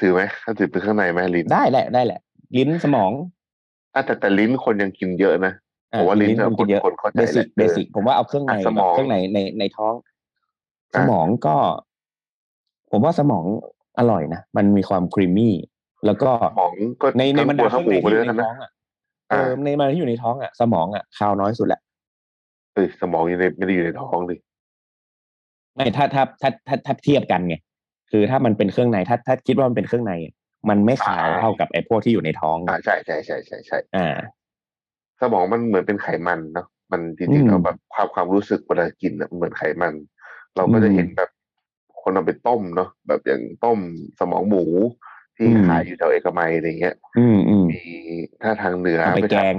D: ถือไหมถ้าถือเป็นข้างในไหมลิ้น
E: ได้แหละได้แหละ ลิ้นสมอง
D: อ่ะแต่แต่ลิ้นคนยังกินเยอะนะ
E: อ่ะ
D: ผมว่าลิ้น
E: มั
D: คน
E: เยอะ
D: คนเข้าใจ
E: เบ
D: แห
E: สิ
D: ละ
E: กเบสิก
D: ออ
E: ผมว่าเอาเครื่องใน
D: อ่ะสมอง
E: เครื่องในในในท้อง
D: อ่ะ
E: สมองก็ ผมว่าสมองอร่อยนะ มันมีความครีมมี่ แล้วก็
D: ของก็
E: ในในบรรดาเค
D: ทั้
E: รื่
D: งหมู
E: องในที่
D: ทั้งหมูไปเลย
E: อยู่ใน
D: นะ
E: ท้องอ่ะเอ
D: อ่า
E: อในมันที่อยู่ในท้องอ่ะสมองอ่ะคาวน้อยสุดแหละ
D: เอ้ยสมองอยู่ในไม่ได้อยู่ในท้องดิ
E: ไม่ถ้าถ้าถ้าถ้าถ้าเทียบกันไงคือถ้ามันเป็นเครื่องในถ้าถ้าคิดว่ามันเป็นเครื่องใน มันไม่ขาวเท่ากับไอ้พวกที่อยู่ในท้อง
D: อ่าใช่ใช่ใช่ใช่ใช่
E: อ่า
D: สมองมันเหมือนเป็นไขมันเนาะมันจ
E: อื
D: ริง
E: ม
D: ๆแล้วแบบความความรู้สึกเวลากินอะเหมือนไขมัน เราก็จะ
E: อืม
D: เห็นแบบคนเอาไปต้มเนาะแบบอย่างต้มสมองหมูที่
E: อืม
D: ขายอยู่แถวเอกมัยอะไรเงี้ย
E: อืมอืม
D: มีถ้าทางเหนือ
E: เอาไปแกง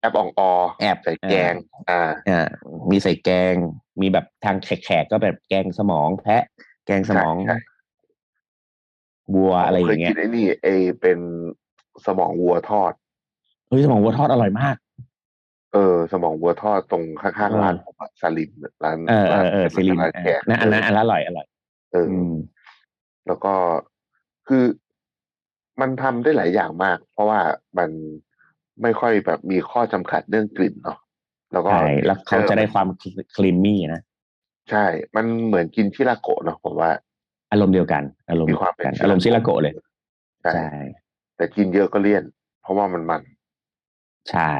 D: แอปอ่องออ
E: แอบ
D: ใส่แกง อ่า
E: อ่ามีใส่แกง มีแบบทางแขกๆก็แบบแกงสมองแพะ แกงสมอง
D: ใช่ใช่
E: วัวอะไรอย่างเงี้
D: ผมคกิ
E: ย
D: นไอ้นี่ไอเป็นสมองวัวทอด
E: เฮ้ยสมองวัวทอดอร่อยมาก
D: เออ สมองวัวทอดตรงข้าง
E: เออ
D: ๆร้านผมอะสลิมอะร้าน
E: เออเอ
D: ร้า
E: อเออซิลิน
D: ร้านแกะ
E: นะอันนั้นอันนั้นอร่อยอร่อย
D: เออ
E: อืม
D: แล้วก็คือมันทำได้หลายอย่างมาก เพราะว่ามันไม่ค่อยแบบมีข้อจำกัดเรื่องกลิ่นเนาะแล้วก็
E: ใช่ แล้วเขาจะได้ความคลีมมี่นะ
D: ใช่ มันเหมือนกินชิราโกะเนาะผมว่า
E: อารมณ์เดียวกัน อารมณ์
D: มี
E: เดียว
D: ความเป็น
E: กัน
D: ชิลาโกะ
E: อารมณ์ชิลาโกะเลย
D: ใช่
E: ใช่
D: แต่กินเยอะก็เลี่ยน เพราะว่ามันมัน
E: ใช่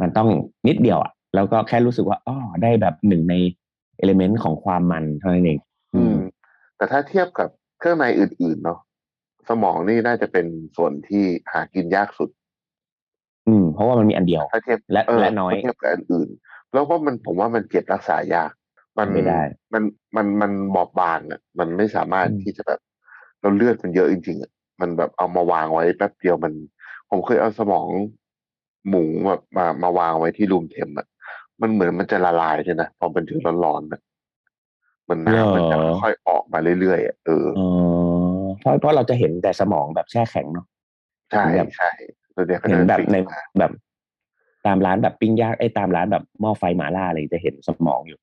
E: มันต้องนิดเดียวอ่ะ แล้วก็แค่รู้สึกว่าอ๋อได้แบบหนึ่งในเอลิเมนต์ของความมันเท่านั้นเอง
D: อืม แต่ถ้าเทียบกับเครื่องในอื่น ๆ เนาะสมองนี่น่าจะเป็นส่วนที่หากินยากสุด
E: อืม เพราะว่ามันมีอันเดียว
D: ถ้าเทียบ
E: และ
D: เออ
E: และน้อย
D: ถ้าเทียบกับอันอื่น แล้วก็มันผมว่ามันเก็บรักษายาก มัน
E: ไม่ได้
D: มันมันมันบอบบางอ่ะ มันไม่สามารถ
E: อืม
D: ที่จะแบบเราเลือดมันเยอะจริงๆอ่ะมันแบบเอามาวางไว้แป๊บเดียวมัน ผมเคยเอาสมองหมูแบบมามาวางไว้ที่รูมเทมอ่ะมันเหมือนมันจะละลายเลยนะพอมันถึงร้อนๆอ่ะมันน้ำมันจะค่อยๆออกมาเรื่อยๆอ่ะเออ
E: เออเพราะเพราะเราจะเห็นแต่สมองแบบแช่แข็งเนาะ
D: ใช่
E: แบบ
D: ใช่ส่วนใหญ่ก็
E: เห็น
D: จะ
E: แบบ
D: สิ่ง
E: ใน
D: มา
E: แบบ ตามร้านแบบปิ้งย่างไอ้ยตามร้านแบบหม้อไฟหมาล่าอะไรจะเห็นสมองอยู่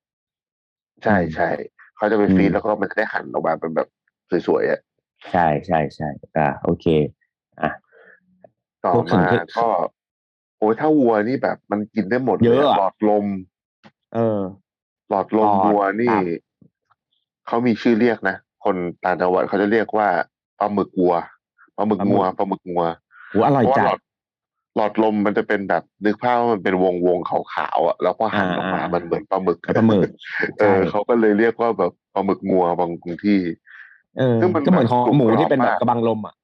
D: ใช่ใช่เขาจะไปฟี
E: อื
D: ด
E: ม
D: แล้วก็มันจะได้หั่นออกมาเป็นแบบสวยๆอ่ะ
E: ใช่ใช่ใช่อ่าโอเค อ่ะ
D: ต่อ
E: พวก
D: มา
E: เครื่อง
D: ก็ โอ้ยถ้าวัวนี่แบบ มันกินได้หมด
E: เย
D: เล
E: อะ
D: ย
E: อะ
D: หลอดลม
E: เออ
D: หลอดลม
E: ปอด
D: วัวนี่
E: ตับ
D: เขามีชื่อเรียกนะคนต่างจังหวัดเขาจะเรียกว่าปลาหมึกวัวปลาหมึกงัวปลาหมึกงัว
E: หูอ
D: เพ
E: ร่อย
D: ราะว่า
E: จั
D: หลอ
E: ด
D: ดหลอดลมมันจะเป็นแบบนึกภาพว่ามันเป็นวงวงๆขาวๆอ่ะแล้วก็หั่นออกมา
E: อ่าๆ
D: มันเหมือนปลาหมึก
E: ปลาหมึก
D: เออเขาก็เลยเรียกว่าแบบปลาหมึกงัวบางที่
E: เออ
D: ซึ่งมัน
E: ก็เหมือนของ
D: แบบกรุบ
E: หมูที่เป็นแบ
D: กรอมาก
E: บบกระบังลมอ่ะ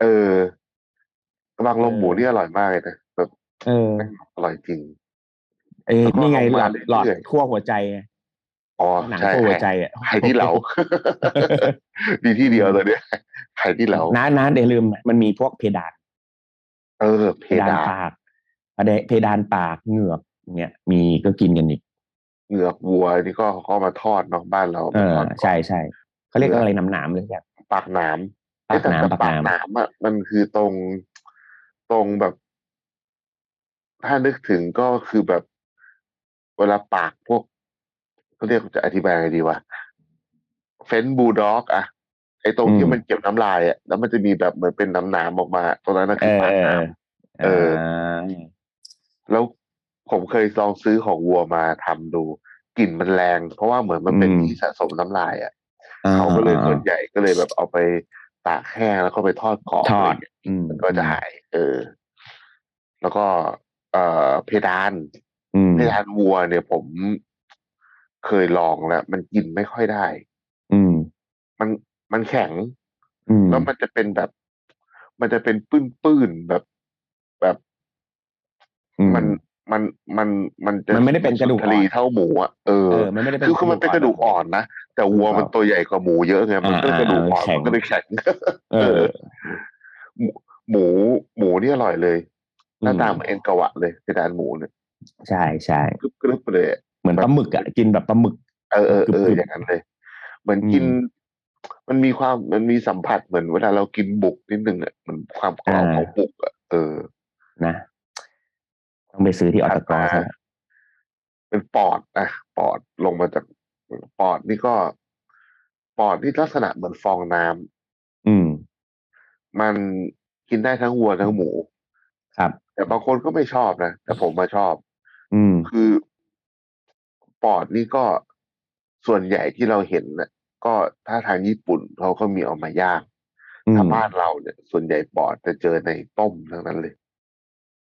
D: เออกระบังลม
E: เออ
D: หมูนี่อร่อยมากเลยนะแบบ
E: เออ
D: อร่อยจริง
E: เอ้ย
D: แล้วก็
E: นี่ไง
D: เอา
E: หล
D: มา
E: อด
D: เรื่อยๆ
E: หลอดขั้วหัวใจไง
D: อ๋อ
E: หนัง
D: ใช่
E: โปรหัวใจอ่ะ
D: ไข่ที่ เหลา ดีที่เดียวเลยเนี่ยไข่ที่เหลา
E: น้าน้าเดลืมอะมันมีพวกเพดาน
D: เออ เพ
E: เพดาน
D: ดาน
E: ปากอะไรเพดานปากเหงือกเนี่ยมีก็กินกันอีก
D: เหงือกวัวนี่ก็เขาเอามาทอดเนาะบ้านเรา
E: เออ
D: มาทดก่น
E: ใช่ใช่เขาเรียกอะไรหนามๆเลยอย่าง
D: ปากหนาม
E: ปากหนา
D: เอ๊ะ
E: ม
D: แต่แต่
E: ปาก
D: ปาก
E: ห
D: ห
E: นา
D: นา
E: ม
D: มอ่ะมันคือตรงตรงแบบ ถ้านึกถึงก็คือแบบ เวลาปากพวกเขาเรียกจะอธิบายไงดีวะเฟนบูลด็อกอะไอตรงที่มันเก็บน้ำลายอะแล้วมันจะมีแบบเหมือนเป็นน้ำหนามออกมาตรงนั้นน่ะ
E: เอ
D: คือ
E: อ
D: ปาก
E: เอ
D: หนาม
E: อ
D: เออ แล้วผมเคยลองซื้อของวัวมาทำดูกลิ่นมันแรง เพราะว่าเหมือนมันเป็นที่สะสมน้ำลายอ่ะ
E: อ่
D: เขาก็เลยส่วนใหญ่ก็เลยแบบเอาไปตากแห้งแล้วก็ไปทอดกรอบ
E: ทอ
D: ะไร
E: ด
D: เงี้ย
E: อืม
D: มันก็จะหาย เออ แล้วก็ เอ่อเพดาน
E: อืม
D: เพดานวัวเนี่ยผมเคยลองแล้วมันกินไม่ค่อยได้
E: อืม
D: มันมันแข็ง
E: อืม
D: แล้วมันจะเป็นแบบ มันจะเป็นปื้นๆแบบแบบ มันมันมันมันจะ
E: มันไม่ได้เป็นกระดูกอ่อน
D: สุนทรีเท่าหมูอ่ะเออ
E: เออมันไม่ได้เป็น
D: คือคือมันเป็นกระดูกอ่อนนะแต่วัวมันตัวใหญ่กว่าหมูเยอะไงมันก็เลย
E: อ่าก
D: ระดูกอ่อน
E: แข็ง
D: มันก็เลยแข็ง
E: เออ
D: หมูหมูนี่อร่อยเลยหน้า
E: อืม
D: ตาเหมือนเอ็นกะวะเลยเพดานหมูเนี่ย
E: ใช่ใช่
D: กรึบกรึบเลยอะ
E: เหมือนปลาหมึกอ่ะกินแบบปลาหมึก
D: เออเออเออก
E: รึบกรึบ
D: อย่างนั้นเลย เหมือนกิน
E: อืม
D: มันมีความมันมีสัมผัสเหมือนเวลาเรากินบุกนิดนึงอ่ะมันความกรอบ
E: อ่า
D: ของบุกอ่ะเออ
E: นะต้องไปซื้อที่ออตก
D: อ่า
E: ซะ
D: เป็นปอดนะปอดลงมาจากปอดนี่ก็ ปอดนี่ลักษณะเหมือนฟองน้ำ
E: อืม
D: มันกินได้ทั้งวัวทั้งหมู
E: ครับ
D: แต่บางคนก็ไม่ชอบนะ แต่ผมมาชอบ
E: อืม
D: คือปอดนี่ก็ส่วนใหญ่ที่เราเห็นนะก็ถ้าทางญี่ปุ่นเขาก็มีเอามาย่าง
E: อืม
D: ถ้าบ้านเราเนี่ย ส่วนใหญ่ปอดจะเจอในต้มทั้งนั้นเลย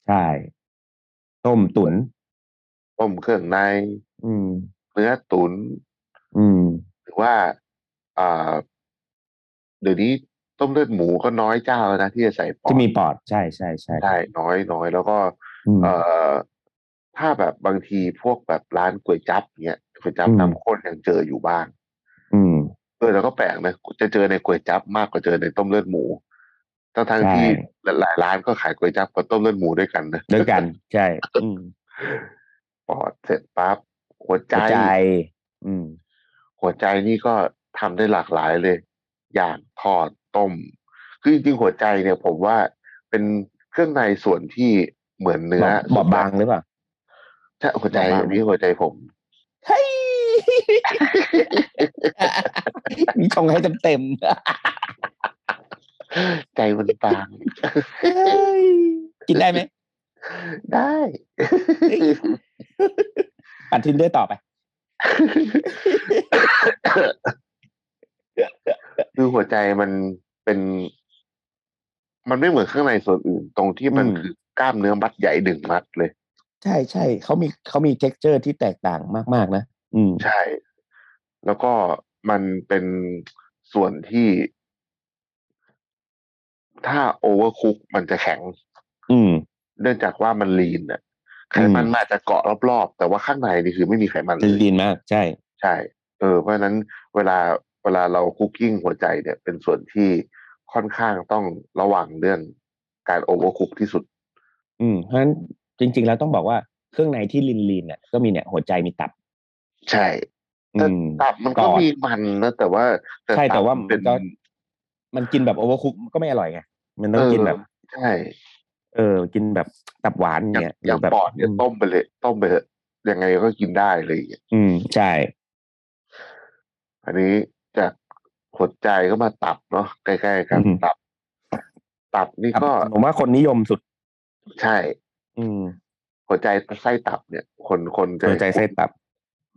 E: ใช่ ต้มตุ๋น
D: ต้มเครื่องใน
E: อืม
D: เนื้อตุน
E: อืม
D: หรือว่าอ่าเดี๋ยวนี้ต้มเลือดหมูก็น้อยเจ้าแล้วนะที่จะใส่ปอด
E: ที่มีปอดใช่ใช่ใช่
D: ใช่น้อยน้อยแล้วก็
E: อืม
D: เอ่อถ้าแบบบางทีพวกแบบร้านก๋วยจั๊บเนี้ยก๋วยจั๊บ
E: อืม
D: น้ำข้นยังเจออยู่บ้าง
E: อืม
D: เออแล้วก็แปลกนะจะเจอในก๋วยจั๊บมากกว่าเจอในต้มเลือดหมูทั้งทงๆ
E: ใช่
D: ที่หลายๆร้านก็ขายก๋วยจั๊บกับต้มเลือดหมูด้วยกันนะ
E: ด้วยกัน ใช่ อืม
D: ปอดเสร็จปั๊บหัวใจ
E: หัวใจอืม
D: หัวใจนี่ก็ทำได้หลากหลายเลย อย่างทอดต้ม คือจริงๆหัวใจเนี่ยผมว่าเป็นเครื่องในส่วนที่เหมือนเนื้อบ
E: อบบางหรือเปล่า
D: ใช่หัวใจ
E: บอบบาง
D: อันนี้หัวใจผม
E: เฮ้ย มีชงให้เต็มๆ
D: ใจมันบาง
E: กินได้ไหม
D: ได้
E: ปัดทินเดอร์ต่อไป
D: คือหัวใจมันเป็น มันไม่เหมือนข้างในส่วนอื่น ตรงที่มัน
E: อืม
D: คือกล้ามเนื้อมัดใหญ่ดึงมัดเลย
E: ใช่ใช่เขามีเขามีเท็กเจอร์ที่แตกต่างมาก ๆ นะ อืม
D: ใช่ แล้วก็มันเป็นส่วนที่ถ้าโอเวอร์คุกมันจะแข็ง
E: อืม
D: เนื่องจากว่ามันลีนอะไขมัน
E: อืม
D: มันอาจจะเกาะรอบๆ แต่ว่าข้างในนี่คือไม่มีไขมันเล
E: จะ
D: ย
E: ดีนมาก ใช่
D: ใช่ เออ เพราะฉะนั้นเวลาเวลาเราคุกกิ้งหัวใจเนี่ยเป็นส่วนที่ค่อนข้างต้องระวังเรื่องการโอเวอร์คุกที่สุด
E: อืม เพราะฉะนั้นจริง ๆ แล้วต้องบอกว่าเครื่องในที่ลีนลีนๆเนี่ยก็มีเนี่ย หัวใจมีตับ
D: ใช่
E: อืม
D: ตับมันก็
E: ปอด
D: มีมันนะแต่ว่า
E: ใช่แต่ว่า
D: บ
E: มันก็มันกินแบบโอเวอร์คุกก็ไม่อร่อยไง มันต้องกินแบบ
D: ใช่
E: เออ กินแบบตับหวาน
D: อย่าง
E: เนี่ยห
D: อ
E: รื
D: ย่าง
E: แบบ
D: ปอดเนี่ยต้มไปเลยต้มไปเถอะยังไงก็กินได้อะไรอย่างเลย
E: อืม ใช่
D: อันนี้จากหัวใจก็มาตับเนาะใกล้ๆกัน
E: อืม
D: ตับ ตับนี่ก็
E: ผมว่าคนนิยมสุด
D: ใช่
E: อืม
D: หัวใจไส้ตับเนี่ย คนคนจะ
E: หัวใจไส้ตับ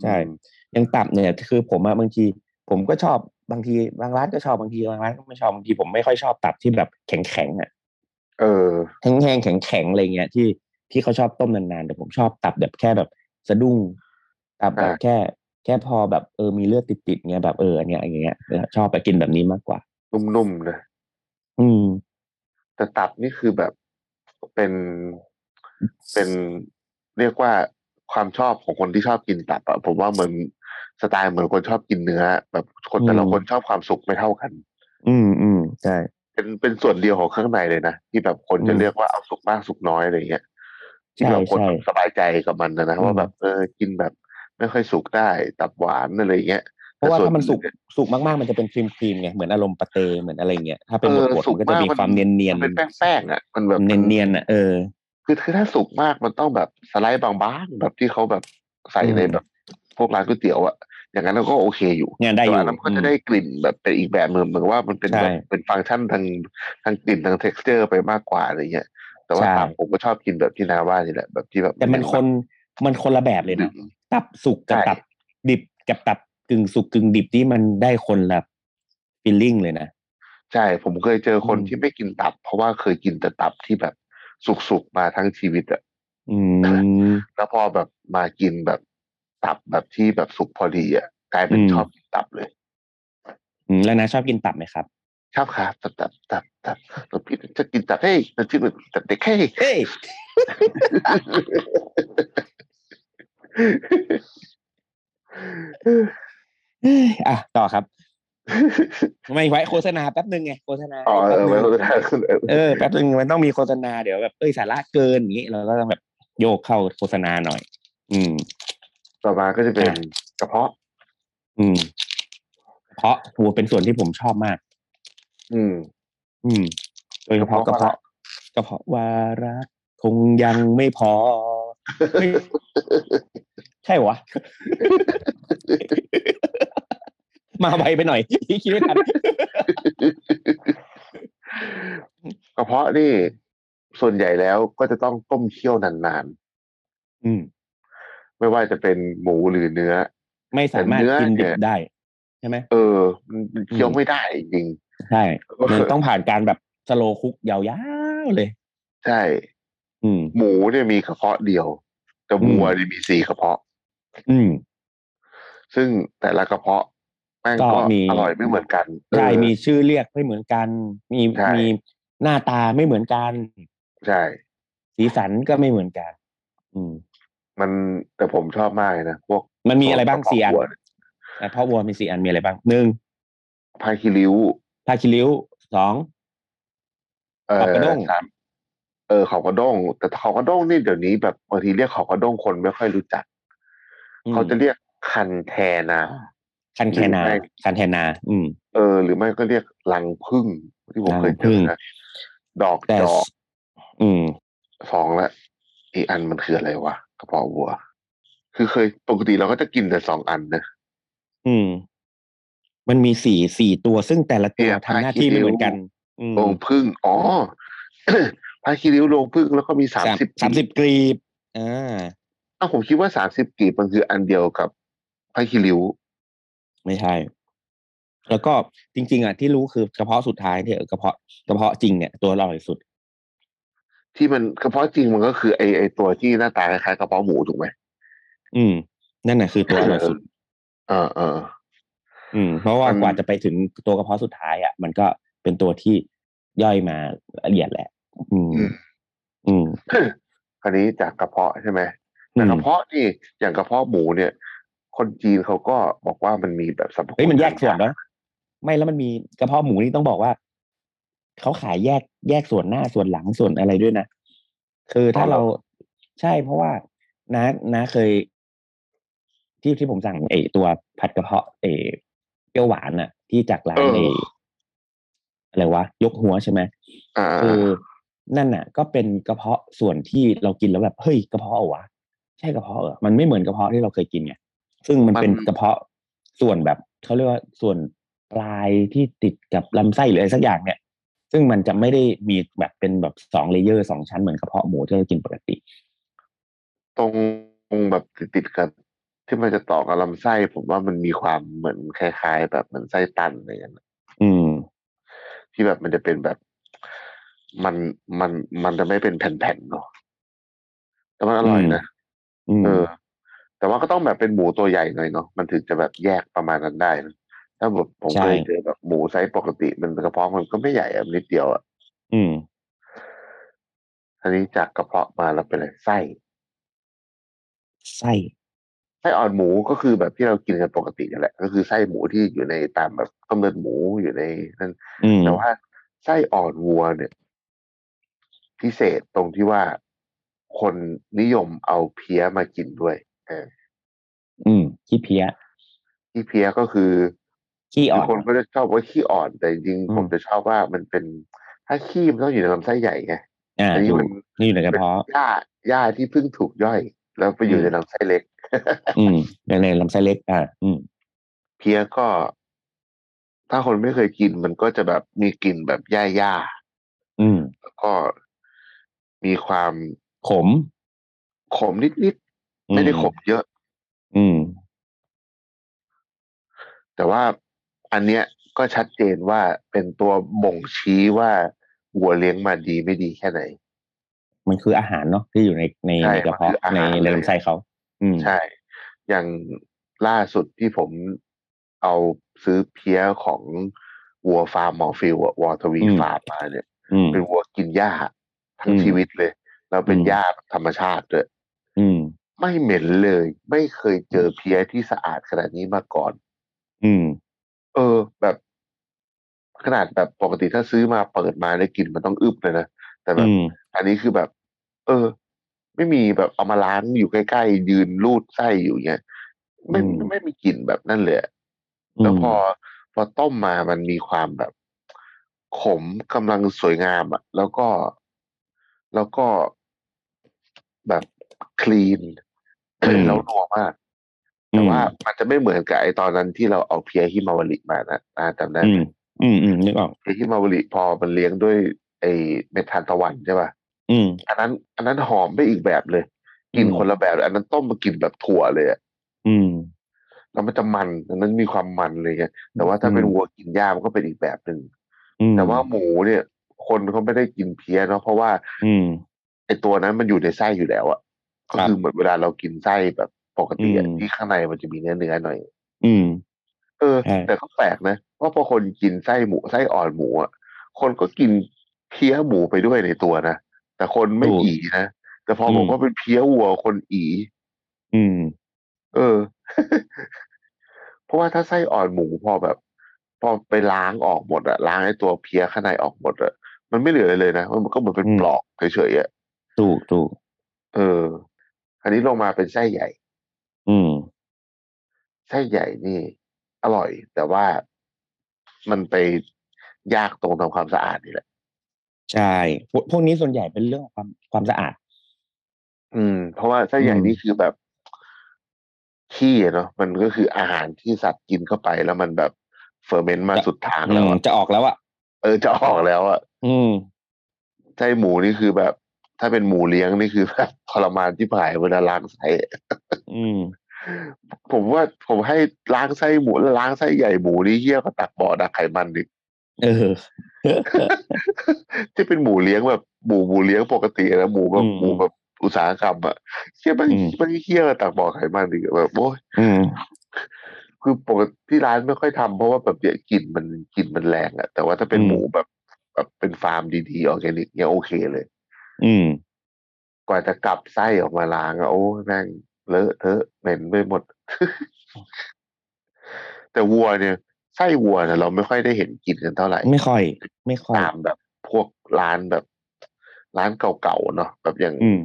E: ใช่
D: อืม
E: อย่างตับเนี่ยคือผมอะบางที ผมก็ชอบบางทีบางร้านก็ชอบบางทีบางร้านก็ไม่ชอบบางทีผมไม่ค่อยชอบตับที่แบบแข็งแข็งๆอะ
D: เออ
E: แห้งแห้งๆแข็งแข็งๆอะไรเงี้ยที่ที่เขาชอบต้มนานๆแต่ผมชอบตับแบบแค่แบบสะดุ้งตับแบบ
D: อ่า
E: แค่ แค่พอแบบเออมีเลือดติดๆเงี้ยแบบเอออันเนี้ยอย่างเงี้ยชอบไปกินแบบนี้มากกว่า
D: นุ่มๆนะ
E: อืม
D: แต่ตับนี่คือแบบเป็นเป็นเรียกว่าความชอบของคนที่ชอบกินตับอะผมว่ามัน สไตล์เหมือนคนชอบกินเนื้อ แบบคนแต่ละ
E: อืม
D: คนชอบความสุกไม่เท่ากัน
E: อืมอืมใช่
D: เป็นเป็นส่วนเดียวของเครื่องในเลยนะ ที่แบบคนจะ
E: อืม
D: เลือกว่าเอาสุกมากสุกน้อยอะไรเงี้ยที่แบบคน
E: ใช่
D: สบายใจกับมันนะนะ
E: อืม
D: ว่าแบบเออกินแบบ ไม่ค่อยสุกได้ตับหวานอะไรเงี้ย
E: เพราะว่า
D: แต่
E: ถ้ามันสุก
D: อื่
E: สุกมากๆ มันจะเป็นครีมครีมไงเหมือนอารมณ์ปาเตเหมือนอะไรอย่างเงี้ยถ้าเป็น
D: เอบ อ
E: ดบด
D: สุก
E: มันก็จะมี
D: มากมัน
E: ความเนียนเนียน
D: มันเป็นแป้งๆอ่ะมันแบบ
E: เนียนเนียนๆอ่ะเออ
D: คือคือถ้าสุกมากมันต้องแบบสไลด์บางๆแบบที่เขาแบบใส่
E: อืม
D: ในแบบพวกร้านก๋วยเตี๋ยวอ่ะอย่างนั้นเราก็โอเคอยู่
E: งานได้
D: แต่
E: อยู่
D: ว่ามันก็จะได้
E: อืม
D: กลิ่นแบบเป็นอีกแบบหนึ่งเหมือนว่ามันเป็นแบบ
E: ใช่
D: เป็นฟังก์ชันทางทางกลิ่นทางเท็กซ์เจอร์ไปมากกว่าอะไรเงี้ย แต่ว่า
E: ใช่
D: ตับผมก็ชอบกินแบบที่นาว่านี่แหละแบบที่แบบ
E: แต่มันคนมันคนละแบบเลยนะ ตับสุกกับ
D: ใช่
E: ตับดิบกับตับกึ่งสุกกึ่งดิบที่มันได้คนละฟีลลิ่งเลยนะ
D: ใช่ผมเคยเจอคน
E: อืม
D: ที่ไม่กินตับ เพราะว่าเคยกินแต่ตับที่แบบสุกๆมาทั้งชีวิตอะ
E: อืม
D: แล้วพอแบบมากินแบบตับแบบที่แบบสุกพอดีอะกลายเป็น
E: อืม
D: ชอบกินตับเลย
E: อืมแล้วนะชอบกินตับไหมครับ
D: ชอบครับตับตับตับตับหลวงพี่จะกินตับเฮ้ยหลวงพี่ตับเด็กเฮ้ย
E: เอ้ยเอ้ยอ่ะต่อครับ ไม่ไว้โฆษณาแป๊บนึงไงโฆษณา
D: อ๋อเอ
E: แป๊บ
D: อ
E: นึ
D: ไว้
E: ง
D: คนละ
E: เออแป๊บนึงมันต้องมีโฆษณาเดี๋ยวแบบเอ้ยสาระเกินอย่างงี้เราก็ต้องแบบโยกเข้าโฆษณาหน่อย อืม
D: ต่อมาก็จะเป็น
E: อ่ะ
D: กระเพาะ
E: อืม เพราะหัวเป็นส่วนที่ผมชอบมาก
D: อื ม
E: อืม โดยเฉพาะกระเพาะกระเพาะวาระคงยังไม่พ อ ไม่ ใช่เหรอวะ มาไวไปหน่อย คิดไม่ทัน
D: กระเพาะนี่ส่วนใหญ่แล้วก็จะต้องต้มเคี่ยวนาน
E: อืม
D: ๆไม่ว่าจะเป็นหมูหรือเนื้อ
E: ไม่สามารถกินดิบได้ ใช่ไหม
D: เออมันเคี้ยว
E: อืม
D: ไม่ได้จริง
E: ใช่
D: ๆ
E: มันต้องผ่านการแบบสโลคุกยาวๆเลย
D: ใช่
E: อืม
D: หมูเนี่ยมีกระเพาะเดียวแต่วัว
E: อืม
D: เนี่ยมีสี่กระเพาะ
E: อืม
D: ซึ่งแต่ละกระเพาะแม่ง
E: ก็
D: ก็
E: มี
D: อร่อยไม่เหมือนกัน
E: ใช่
D: เออ
E: มีชื่อเรียกไม่เหมือนกัน มี
D: ใช่
E: มีหน้าตาไม่เหมือนกัน
D: ใช่
E: สีสันก็ไม่เหมือนกัน อืม
D: มันแต่ผมชอบมากเลยนะพวก
E: มันมีอะไรบ้าง
D: กเพ
E: สี่อัน
D: วัว
E: อ่ะเพราะวัวมีสี่อันมีอะไรบ้างหนึ่ง
D: พาคิริว
E: พาคิริ้วสอง
D: เอ
E: ขอบกระด้
D: อง สามเออขอบกระด้ง แต่ขอบกระด้งนี่เดี๋ยวนี้แบบบางทีเรียกขอบกระด้งคนไม่ค่อยรู้จัก
E: อืม
D: เขาจะเรียกคันแทนา
E: คันแคนา
D: หรือไม่
E: คันแคนา อืม
D: เออ หรือไม่ก็เรียกลังพึ่งที่ผมเคยเจ
E: รังผึ้
D: อง นะดอก
E: แต่
D: จอก
E: อืม
D: สองละอีกอันมันคืออะไรวะกระเพาะวัว คือเคยปกติเราก็จะกินแต่สองอันนะ
E: อืม มันมีสี่สี่ตัวซึ่งแต่ละตัว
D: เนี่ย
E: ทำหน้าที่
D: พาคิริ้ว
E: ไม่เหมือนกัน อืม
D: โรงพึ่งอ๋อ พาคิริ้วโรงพึ่งแล้วก็มีสามสิบ
E: สามสิบกรีบอ่า
D: อ้าวผมคิดว่าสามสิบกีบมันคืออันเดียวกับพาคิริ้ว
E: ไม่ใช่ แล้วก็จริง ๆอ่ะที่รู้คือกระเพาะสุดท้ายเนี่ยกระเพาะกระเพาะจริงเนี่ยตัวอร่อยสุด
D: ที่มันกระเพาะจริงมันก็คือไอไอตัวที่หน้าตาคล้ายๆกระเพาะหมูถูกไหม
E: อืม นั่นน่ะคือตัวอร่อยสุด
D: เออเออ
E: อืมเพราะว่า
D: อืม
E: กว่าจะไปถึงตัวกระเพาะสุดท้ายอ่ะมันก็เป็นตัวที่ย่อยมาละเอียดแหละ อืม อืม
D: คราวนี้จากกระเพาะใช่ไหม
E: อื
D: แต่ก
E: ม
D: ระเพาะนี่อย่างกระเพาะหมูเนี่ย คนจีนเขาก็บอกว่ามันมีแบบสัม
E: เฮ้ยมันแยกส่วนแล้วไม่แล้วมันมีกระเพาะหมูนี่ต้องบอกว่าเขาขายแยกแยกส่วนหน้าส่วนหลังส่วนอะไรด้วยนะคือถ้าเราใช่เพราะว่านะนะเคย ที่ที่ผมสั่งไอตัวผัดกระเพาะเออเปรี้ยวหวานอ่ะ ที่จากร้านไออะไรวะยกหัวใช่ไหม
D: อ่า
E: คือนั่นน่ะ ก็เป็นกระเพาะส่วนที่เรากินแล้วแบบเฮ้ยกระเพาะเหรอวะใช่กระเพาะเหรอมันไม่เหมือนกระเพาะที่เราเคยกินไงซึ่งมันเป็นกระเพาะส่วนแบบเขาเรียกว่าส่วนปลายที่ติดกับลำไส้หรืออะไรสักอย่างเนี่ย ซึ่งมันจะไม่ได้มีแบบเป็นแบบสองเลเยอร์สองชั้นเหมือนกระเพาะหมูที่เรากินปกติ
D: ตรงตรงแบบติดๆกับที่มันจะต่อกับลำไส้ ผมว่ามันมีความเหมือนคล้าย ๆ แบบเหมือนไส้ตันอะไรอย่างเงี้ยนะ
E: อืม
D: ที่แบบมันจะเป็นแบบ มันมันมันจะไม่เป็นแผ่นๆเนาะแต่มันอร่อยนะ
E: อืม
D: เออ แต่ว่าก็ต้องแบบเป็นหมูตัวใหญ่หน่อยเนาะมันถึงจะแบบแยกประมาณนั้นได้นะถ้าแบบผมเคยเจอแบบหมูไซส์ปกติ มันกระเพาะมันก็ไม่ใหญ่อะนิดเดียวอะ
E: อืม
D: อันนี้จากกระเพาะมาแล้วเป็นอะไรไส้
E: ไส้
D: ไส้อ่อนหมูก็คือแบบที่เรากินกันปกตินี่แหละ ก็คือไส้หมูที่อยู่ในตามแบบต้มเลือดหมูอยู่ในนั่น
E: อืม
D: แต่ว่าไส้อ่อนวัวเนี่ย พิเศษตรงที่ว่าคนนิยมเอาเพี้ยมากินด้วยเออ
E: อืมขี้เพี้ย
D: ที่เพี้ยก็คือ
E: ขี้อ่อน
D: คนก็จะชอบว่าขี้อ่อน แต่จริงๆ
E: อืม
D: ผมจะชอบว่ามันเป็นถ้าขี้มันต้องอยู่ในลำไส้ใหญ่ไง
E: อ่า
D: อันนี้
E: ถูก
D: มัน
E: นี่อยู่ในกระเพาะ
D: หญ้าหญ้าที่เพิ่งถูกย่อย แล้วไปอยู่
E: อืม
D: ในลำไส้เล็ก
E: อืมในในลำไส้เล็ก อ่าอืม
D: เพี้ยก็ ถ้าคนไม่เคยกินมันก็จะแบบมีกลิ่นแบบหญ้าๆ
E: อืม
D: แล้วก็มีความ
E: ขม
D: ขมนิดๆไม่ได้ขมเยอะ
E: อืม
D: แต่ว่าอันเนี้ยก็ชัดเจนว่าเป็นตัวบ่งชี้ว่าวัวเลี้ยงมาดีไม่ดีแค่ไหน
E: มันคืออาหารเนาะที่อยู่ในใน
D: ใช่
E: ในกระเพาะ
D: มันคืออา
E: ใน
D: หาร
E: ใน
D: เลย
E: ลำไส้เขาอืม
D: ใช่ อย่างล่าสุดที่ผมเอาซื้อเพี้ยของวัวฟาร์มหมอฟิลอะวอทวีฟาร์มมาเนี่ย
E: อืม
D: เป็นวัวกินหญ้าทั้ง
E: อืม
D: ชีวิตเลย แล้วเป็น
E: อืม
D: หญ้าธรรมชาติด้วย
E: อืม
D: ไม่เหม็นเลย ไม่เคยเจอเพี้ยที่สะอาดขนาดนี้มาก่อน
E: อืม
D: เออ แบบขนาดแบบปกติถ้าซื้อมาเปิดมาได้กลินมันต้องอึบเลยนะแต่แบบ
E: อืม
D: อันนี้คือแบบ เออ ไม่มีแบบเอามาล้างอยู่ใกล้ๆยืนรูดไส้อยู่เงี้ยไม่
E: อืม
D: ไม่มีกลิ่นแบบนั่นเลยอะแล้วพอ
E: ม
D: พอต้มมามันมีความแบบ ขมกำลังสวยงามอะแล้วก็แล้วก็แบบคลีนแล้วนัวมาก แต่ว่ามันจะไม่เหมือนกับไอตอนนั้นที่เราเอาเพียฮิมาวาริมานะอ่าจำได้
E: อื
D: ไหม
E: มอืมอืมนึกออก
D: เพียฮิมาวาริพอมันเลี้ยงด้วย ไอเมดทานตะวันใช่ป่ะ
E: อืม
D: อันนั้น อันนั้นหอมไปอีกแบบเลยกลิ่น
E: อืม
D: คนละแบบเลยอันนั้นต้มมากลิ่นแบบถั่วเลยอะ
E: อืม
D: แล้วมันจะมันอันนั้นมีความมันเลยไงแต่ว่าถ้า
E: อืม
D: เป็นวัวกินหญ้ามันก็เป็นอีกแบบหนึ่ง
E: อืม
D: แต่ว่าหมูเนี่ย คนเขาไม่ได้กินเพี้ยเนาะเพราะว่า
E: อืม
D: ไอตัวนั้นมันอยู่ในไส้อยู่แล้วอะก็คือเหมือนเวลาเรากินไส้แบบปกติอะ
E: อืม
D: ที่ข้างในมันจะมีเนื้อเนื้อๆหน่อย
E: อืม
D: เออ
E: ใช่
D: แต่ก็แปลกนะว่าพอคนกินไส้หมูไส้อ่อนหมูอะคนก็กินเพี้ยหมูไปด้วยในตัวนะแต่คนไม่
E: ถูก
D: อีนะแต่พอบอก
E: อืม
D: ว่าเป็นเพี้ยวัวคนอี
E: อืม
D: เออ เพราะว่าถ้าไส้อ่อนหมูพอแบบ พอไปล้างออกหมดอะล้างไอ้ตัวเพี้ยข้างในออกหมดอะมันไม่เหลืออะไรเลยนะมันก็เหมือนเป็น
E: อืม
D: ปลอกเฉยๆอะ
E: ถูกถูก
D: เออ อันนี้ลงมาเป็นไส้ใหญ่
E: อืม
D: ไส้ใหญ่นี่ อร่อย แต่ว่ามันไปยากตรงทำความสะอาดนี่แหละ
E: ใช่พวกพวกนี้ส่วนใหญ่เป็นเรื่องของความความสะอาด
D: อืม เพราะว่าไส้ใหญ่
E: อืม
D: นี่คือแบบขี้อะเนาะมันก็คืออาหารที่สัตว์กินเข้าไปแล้วมันแบบเฟอร์เมนต์มาสุดทางแล้ว
E: อื
D: อะ
E: มจะออกแล้วอ่ะ
D: เออจะออกแล้วอะ
E: อืม
D: ไส้หมูนี่คือแบบ ถ้าเป็นหมูเลี้ยงนี่คือแบบทรมานที่ผายเวลาล้างไส้
E: อืม
D: ผมว่าผมให้ล้างไส้หมูแล้วล้างไส้ใหญ่หมูนี่เยี่ยก็ตักบ่อดักไขมันดิ
E: เออ
D: ที่เป็นหมูเลี้ยงแบบหมูหมูเลี้ยงปกตินะหมูแบบ
E: อืม
D: หมูแบบอุตสาหกรรมอะเชี่ยมัน
E: อืม
D: มันเยี่ยก็ตักบ่อไขมันดิแบบโอ้ย
E: อืม
D: คือปกติที่ร้านไม่ค่อยทำเพราะว่าแบบเนี่ยกลิ่นมันกลิ่นมันแรงอะแต่ว่าถ้าเป็น
E: อืม
D: หมูแบบแบบเป็นฟาร์มดีๆออร์แกนิกเนี่ยโอเคเลย
E: อืม
D: กว่าจะกลับไส้ออกมาล้างอะโอ้ยแม่งเลอะเทอะเหม็นไปหมด แต่วัวเนี่ยไส้วัวเนี่ยเราไม่ค่อยได้เห็นกินกันเท่าไหร่
E: ไม่ค่อย ไม่ค่อย
D: ตามแบบพวกร้านแบบ ร้านเก่าๆเนาะแบบอย่าง
E: อืม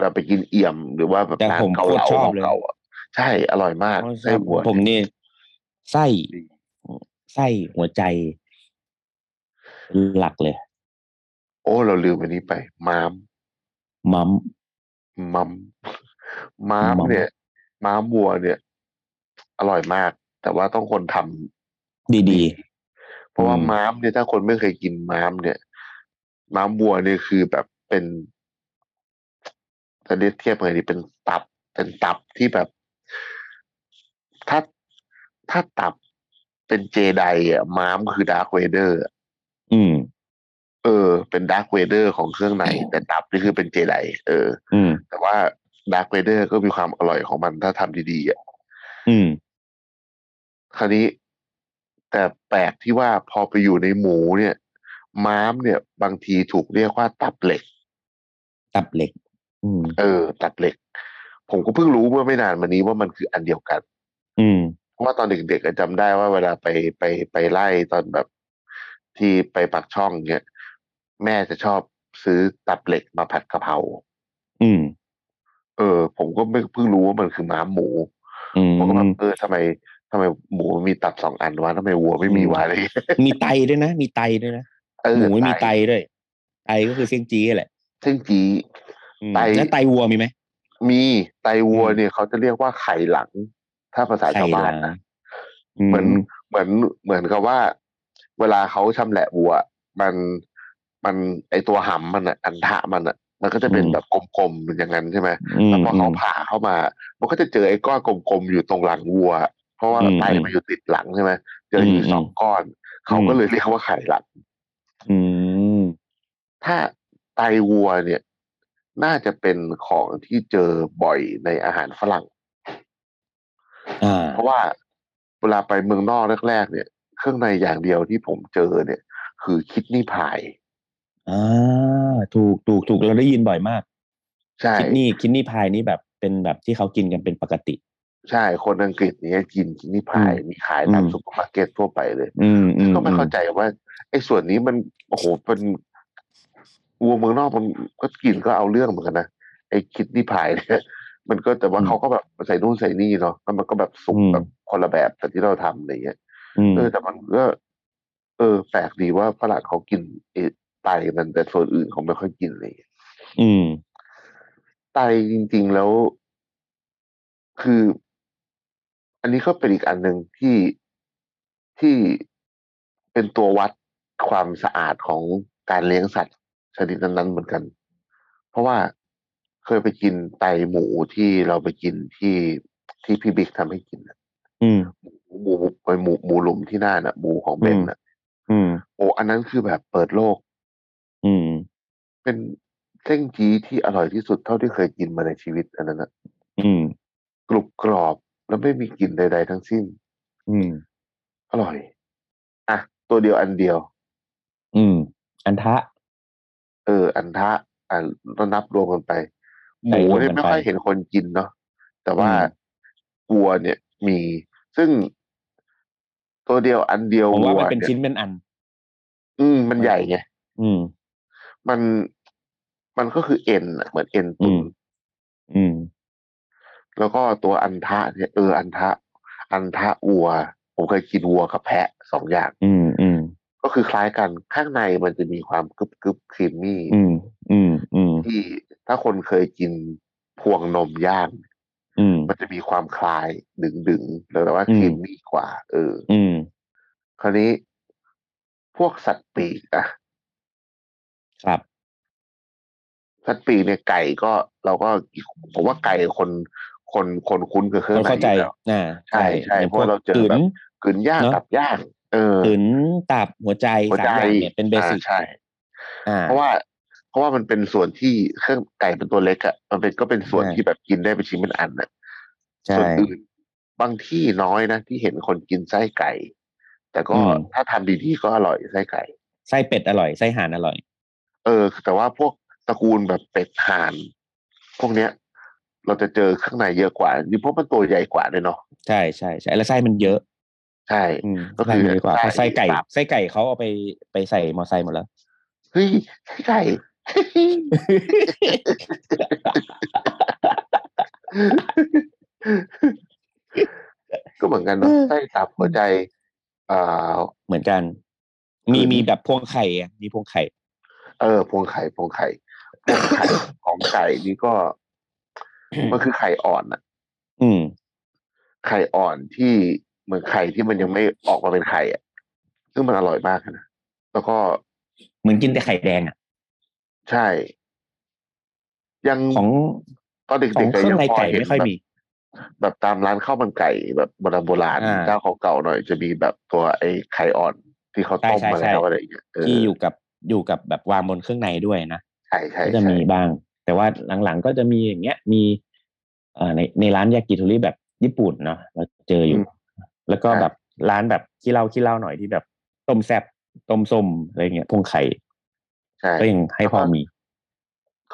D: เราไปกินเอี่ยมหรือว่าแบบ
E: แต่
D: ร้าน
E: ผม
D: เกา
E: โค
D: เหลา
E: ตรชอบเลย
D: เก่าๆอะใช่อร่อยมาก ไส้วัว
E: ผมนี่ไส้ไส้หัวใจ หลักเลย
D: โอ้เราลืมอันนี้ไปมาม
E: มัม
D: มั มมาม
E: มัม
D: เนี่ยมามวัวเนี่ย อร่อยมาก แต่ว่าต้องคนทำ
E: ดี
D: เพราะว่า
E: อืม
D: ม้ามเนี่ยถ้าคนไม่เคยกินม้ามเนี่ย ม้ามวัวเนี่ยคือแบบเป็นจะเรียกเทียบไงดีเป็นตับ เป็นตับที่แบบ ถ้าถ้าตับเป็นเจไดอ่ะม้ามคือดาร์คเวเดอร์
E: ๆ อืม
D: เออ เป็นดาร์คเวเดอร์ของเค รื่องในแต่ตับนี่คือเป็นเจไดเออ
E: อืม
D: แต่ว่าดาร์คเวเดอร์ก็มีความอร่อยของมันถ้าทำดีๆอ่ะ
E: อืม
D: คราวนี้แต่แปลกที่ว่าพอไปอยู่ในหมูเนี่ย ม้ามเนี่ย บางทีถูกเรียกว่าตับเหล็ก
E: ตับเหล็ก อืม
D: เออ ตับเหล็ก ผมก็เพิ่งรู้เมื่อไม่นานมานี้ว่ามันคืออันเดียวกัน
E: อืม
D: เพราะว่าตอนเด็กๆอะจำได้ว่าเวลาไปไปไปไล่ตอนแบบที่ไปปากช่องเนี้ยแม่จะชอบซื้อตับเหล็กมาผัดกะเพรา
E: อืม
D: เออ ผมก็ไม่เพิ่งรู้ว่ามันคือม้ามหมู
E: อืม
D: ผมก็แบบเออทำไมทำไมหมูมีตับสองอันวะทำไมวัวไม่มีวะอะไรอย่างเงี้ย
E: มีไตด้วยนะ มีไตด้วยนะ
D: เออ
E: หมูไม่มีไต
D: ไต
E: ด้วยไตก็คือเสี่ยงจี้แหละ
D: ซึ่งจี
E: อืม
D: ไต
E: แล้วไตวัวมีไหม
D: มีไตวัว
E: อืม
D: เนี่ยเขาจะเรียกว่าไข่หลัง ถ้าภาษาชาวบ้านนะ เหมือน เหมือนเหมือนกับว่า เวลาเขาชำแหละวัว มันมันไอตัวหำมันอ่ะอันทะมันอ่ะ มันก็จะเป็น
E: อืม
D: แบบกลมๆอย่างนั้นใช่ไหม
E: ม
D: แล้วพอเขา
E: ม
D: ผ่าเข้ามา มันก็จะเจอไอ้ก้อนกลมๆอยู่ตรงหลังวัว เพราะว่า
E: อืม
D: ไตมันอยู่ติดหลังใช่ไหมเจออยู่
E: อืม
D: สองก้อน เขาก็เลยเรียกว่าไข่หลัง
E: อืม
D: ถ้าไตวัวเนี่ย น่าจะเป็นของที่เจอบ่อยในอาหารฝรั่ง
E: อ่า
D: เพราะว่าเวลาไปเมืองนอกแรกๆเนี่ย เครื่องในอย่างเดียวที่ผมเจอเนี่ย คือคิดนี่พาย
E: อ่า ถูกถูกถูกเราได้ยินบ่อยมาก
D: ใช่
E: คิดนี่คิดนี่พายนี่แบบเป็นแบบที่เขากินกันเป็นปกติ
D: ใช่คนอังกฤษเนี่ยกินคิดนี่พายมีขายตาม
E: อืม
D: ซุปเปอร์มาร์เก็ตทั่วไปเลย
E: อืมอืม
D: ก็ไม่
E: อืม
D: เข้าใจว่าไอ้ส่วนนี้มันโอ้โหเป็นวัวเมืองนอกมันก็กินก็เอาเรื่องเหมือนกันนะไอ้คิดนี่พายเนี่ยมันก็แต่ว่าเขาก็แบบใส่นู่นใส่นี่เนาะแล้วมันก็แบบสุกแบบคนละแบบแต่ที่เราทำอะไรเงี้ย
E: อืม
D: เออแต่มันก็ เออ แปลกดีว่าฝรั่งเขากินไอ้ไตมันแต่ส่วนอื่นเขาไม่ค่อยกินอะไรอย่างเลย
E: อืม
D: ไตจริง ๆแล้ว คือ อันนี้ก็เป็นอีกอันหนึ่งที่ที่เป็นตัววัดความสะอาดของการเลี้ยงสัตว์ชนิดนั้นๆเหมือนกัน เพราะว่าเคยไปกินไตหมูที่เราไปกินที่ที่พี่บิ๊กทำให้กินน่ะ
E: อืม
D: หมูหมูหมูหมูหลุมที่น่านน่ะหมูของเบนน่ะ
E: อืม
D: โอ้อันนั้นคือแบบเปิดโลก
E: อืม
D: เป็นเส้นจีที่อร่อยที่สุดเท่าที่เคยกินมาในชีวิตอันนั้นนะ
E: อืม
D: กรุบกรอบแล้วไม่มีกลิ่นใด ๆ ทั้งสิ้น
E: อืม
D: อร่อย อ่ะ ตัวเดียวอันเดียว
E: อืม อันทะ
D: เออ อันทะอ่ะต้อนับรวมกันไป ห
E: ใส่
D: มู
E: รวมกัน
D: เนี่ยไม่
E: ไป
D: ค่อยเห็นคนกินเนาะแต่ว่า
E: อืม
D: วัวเนี่ย มี ซึ่งตัวเดียวอันเดียว
E: ผมว่า
D: วัว
E: มันเป็น
D: เนี่ย
E: ชิ้นเป็นอัน
D: อืมมันใหญ่ไง
E: อืม
D: มันมันก็คือเอ็นอะเหมือนเอ็นตุน
E: อืม อืม
D: แล้วก็ตัวอันทะเนี่ยเอออันทะ อันทะวัว ผมเคยกินวัวกับแพะสองอย่าง
E: อืม อืม
D: ก็คือคล้ายกันข้างในมันจะมีความกรึบกรึบครีมมี่
E: อืม อืม อืม
D: ที่ถ้าคนเคยกินพวงนมย่าง
E: อืม
D: มันจะมีความคล้ายดึงดึงๆแล้วแต่ว่า
E: อืม
D: ครีมมี่กว่า เออ
E: อืม
D: คราวนี้พวกสัตว์ปีกอะ
E: ครับ
D: สัตว์ปีกเนี่ยไก่ก็เราก็ผมว่าไก่คนคนคนคุ้นกับเครื่องใน
E: เราเข้า
D: อ
E: ใจ
D: ยู่แล้ว
E: อ่า
D: ใช่ใช่
E: อย่ง
D: เพราะเราเจอ
E: ตุ๋น
D: แบบ กึนย่าง
E: เนอะ
D: ตับย่าง เออ
E: ตุ๋นตับหัวใจ
D: หัว
E: สา
D: ใจ
E: มอย่างเนี่ยเป็นเบสิก
D: อ่าใช่
E: อ่า
D: เพราะว่าเพราะว่ามันเป็นส่วนที่เครื่องไก่เป็นตัวเล็กอะมันเป็นก็เป็นส่วน
E: ใช่
D: ที่แบบกินได้เป็นชิ้นเป็นอันน่ะ
E: ใช่
D: ส่วนอื่นบางที่น้อยนะที่เห็นคนกินไส้ไก่ แต่ก็
E: อืม
D: ถ้าทำดีๆก็อร่อยไส้ไก่
E: ไส้เป็ดอร่อยไส้ห่านอร่อย
D: เออ แต่ว่าพวกตระกูลแบบเป็ดห่าน พวกเนี้ย เราจะเจอเครื่องในเยอะกว่านี่เพราะมันตัวใหญ่กว่าด้วยเนาะ
E: ใช่ใช่ใช่แล้วไส้มันเยอะ
D: ใช่
E: อืม
D: ก็คือ
E: ไส้มันเยอะกว่า
D: ไส้
E: เพราะไส้ไก่
D: ตับ
E: ไส้ไก่เขาเอาไปไปใส่มอไซค์หม ดแล้ว
D: เฮ้ยไส้ไก่ ก็เหมือนกันเนอะไส้ตับหัวใจเอ่อ
E: เหมือนกัน มี
D: คือ
E: มีแบบพวงไข่อะมีพวงไข่
D: เออพวงไข่พวงไข่พวงไข่ ของไก่นี่ก็ มันคือไข่อ่อนอะ
E: อืม
D: ไข่อ่อนที่เหมือนไข่ที่มันยังไม่ออกมาเป็นไข่อะซึ่งมันอร่อยมากนะแล้วก็
E: เหมือนกินแต่ไข่แดงอ่ะ
D: ใช่ ยัง
E: ของ
D: ตอนเด็ก
E: ขอ
D: ๆ
E: ง
D: อะ
E: เครื่องในไก่
D: พเห็น
E: ไม่ค่อย
D: แบบ
E: มี
D: แบบตามร้านข้าวมันไก่แบบโบราณโบราณ
E: อ่า
D: เจ้าเก่าๆหน่อยจะมีแบบตัวไอ้ไข่อ่อนที่เขาต้ม
E: ใช่
D: มา
E: ใช่
D: แล้ว
E: ใช่
D: อะไรอย่างเงี้ยเออ
E: ที่อยู่กับอยู่กับแบบวางบนเครื่องในด้วยนะ
D: ใช่ใช่
E: ก็จะ
D: ใช่
E: มีบ้าง แต่ว่าหลังๆก็จะมีอย่างเงี้ย มีเอ่อในในร้านยากิโทริแบบญี่ปุ่นเนาะเราเจออยู่ แล้วก็แบบร้านแบบขี้เหล้าขี้เหล้าหน่อยที่แบบต้มแซบต้มส้มอะไรเงี้ยพวงไข่
D: ใช่
E: ก็ยังให้พอมี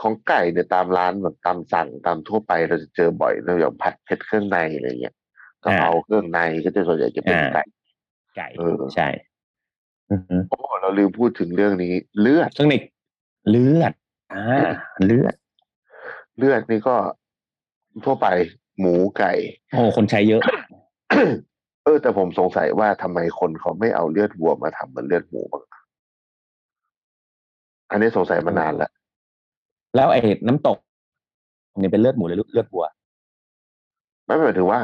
D: ของไก่เนี่ยตามร้านแบบตามสั่งตามทั่วไปเราจะเจอบ่อยเราอย่างผัดเผ็ดเครื่องในอะไรเงี้ยกะเพราเครื่องในก็จะส่วนใหญ่จะเป็น
E: อ่า
D: ไก่
E: ไก่
D: เออ
E: ใช่อือฮึ
D: โอ้เราลืมพูดถึงเรื่องนี้เลือด
E: เครื่องในเลือด อ่า เลือด
D: เลือดนี่ก็ทั่วไปหมูไก่
E: โอ้คนใช้เยอะ
D: เออแต่ผมสงสัยว่าทำไมคนเขาไม่เอาเลือดวัวมาทำเหมือนเลือดหมูบ้างอันนี้สงสัยมานานแล้ว
E: แล้วไอ้น้ำตกเนี่ยเป็นเลือดหมูหรือเลือดวัว
D: ไม่หมายถึงว่า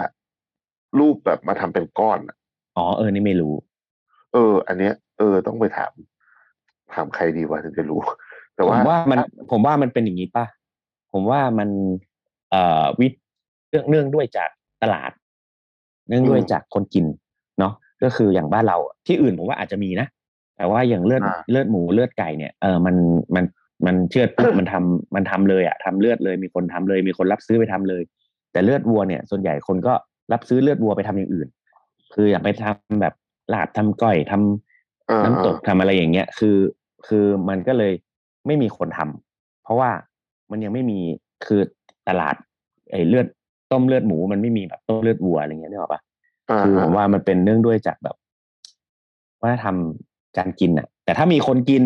D: รูปแบบมาทำเป็นก้อนอะ
E: อ๋อเออนี่ไม่รู้
D: เออ อันเนี้ย เออต้องไปถาม ถามใครดีวะถึงจะรู้ แต่
E: ผม
D: ว่า
E: ว่ามันผมว่ามันเป็นอย่างนี้ป่ะ ผมว่ามันเอ่อวิเรื่องเรื่องด้วยจากตลาด เรื่องด้วยจากคนกินเนาะก็คืออย่างบ้านเราที่อื่นผมว่าอาจจะมีนะ แต่ว่าอย่างเลือดเลือดหมูเลือดไก่เนี่ยเออมันมันมันเชือดปุ๊บ มันทำมันทำเลยอะทำเลือดเลยมีคนทำเลย มีคนรับซื้อไปทำเลย แต่เลือดวัวเนี่ย ส่วนใหญ่คนก็รับซื้อเลือดวัวไปทำอย่างอื่น คืออย่างไปทำแบบลาบทำก้อยทำ
D: เออ
E: น้ำตก
D: เออ
E: ทำอะไรอย่างเงี้ย คือ คือมันก็เลยไม่มีคนทำเพราะว่ามันยังไม่มีคือตลาดไอ้เลือดต้มเลือดหมูมันไม่มีแบบต้มเลือดวัวอะไรเงี้ยนึกออกปะ
D: อ่
E: คือผมว่ามันเป็นเนื่องด้วยจากแบบวัฒนธรรมการกินอ่ะ แต่ถ้ามีคนกิน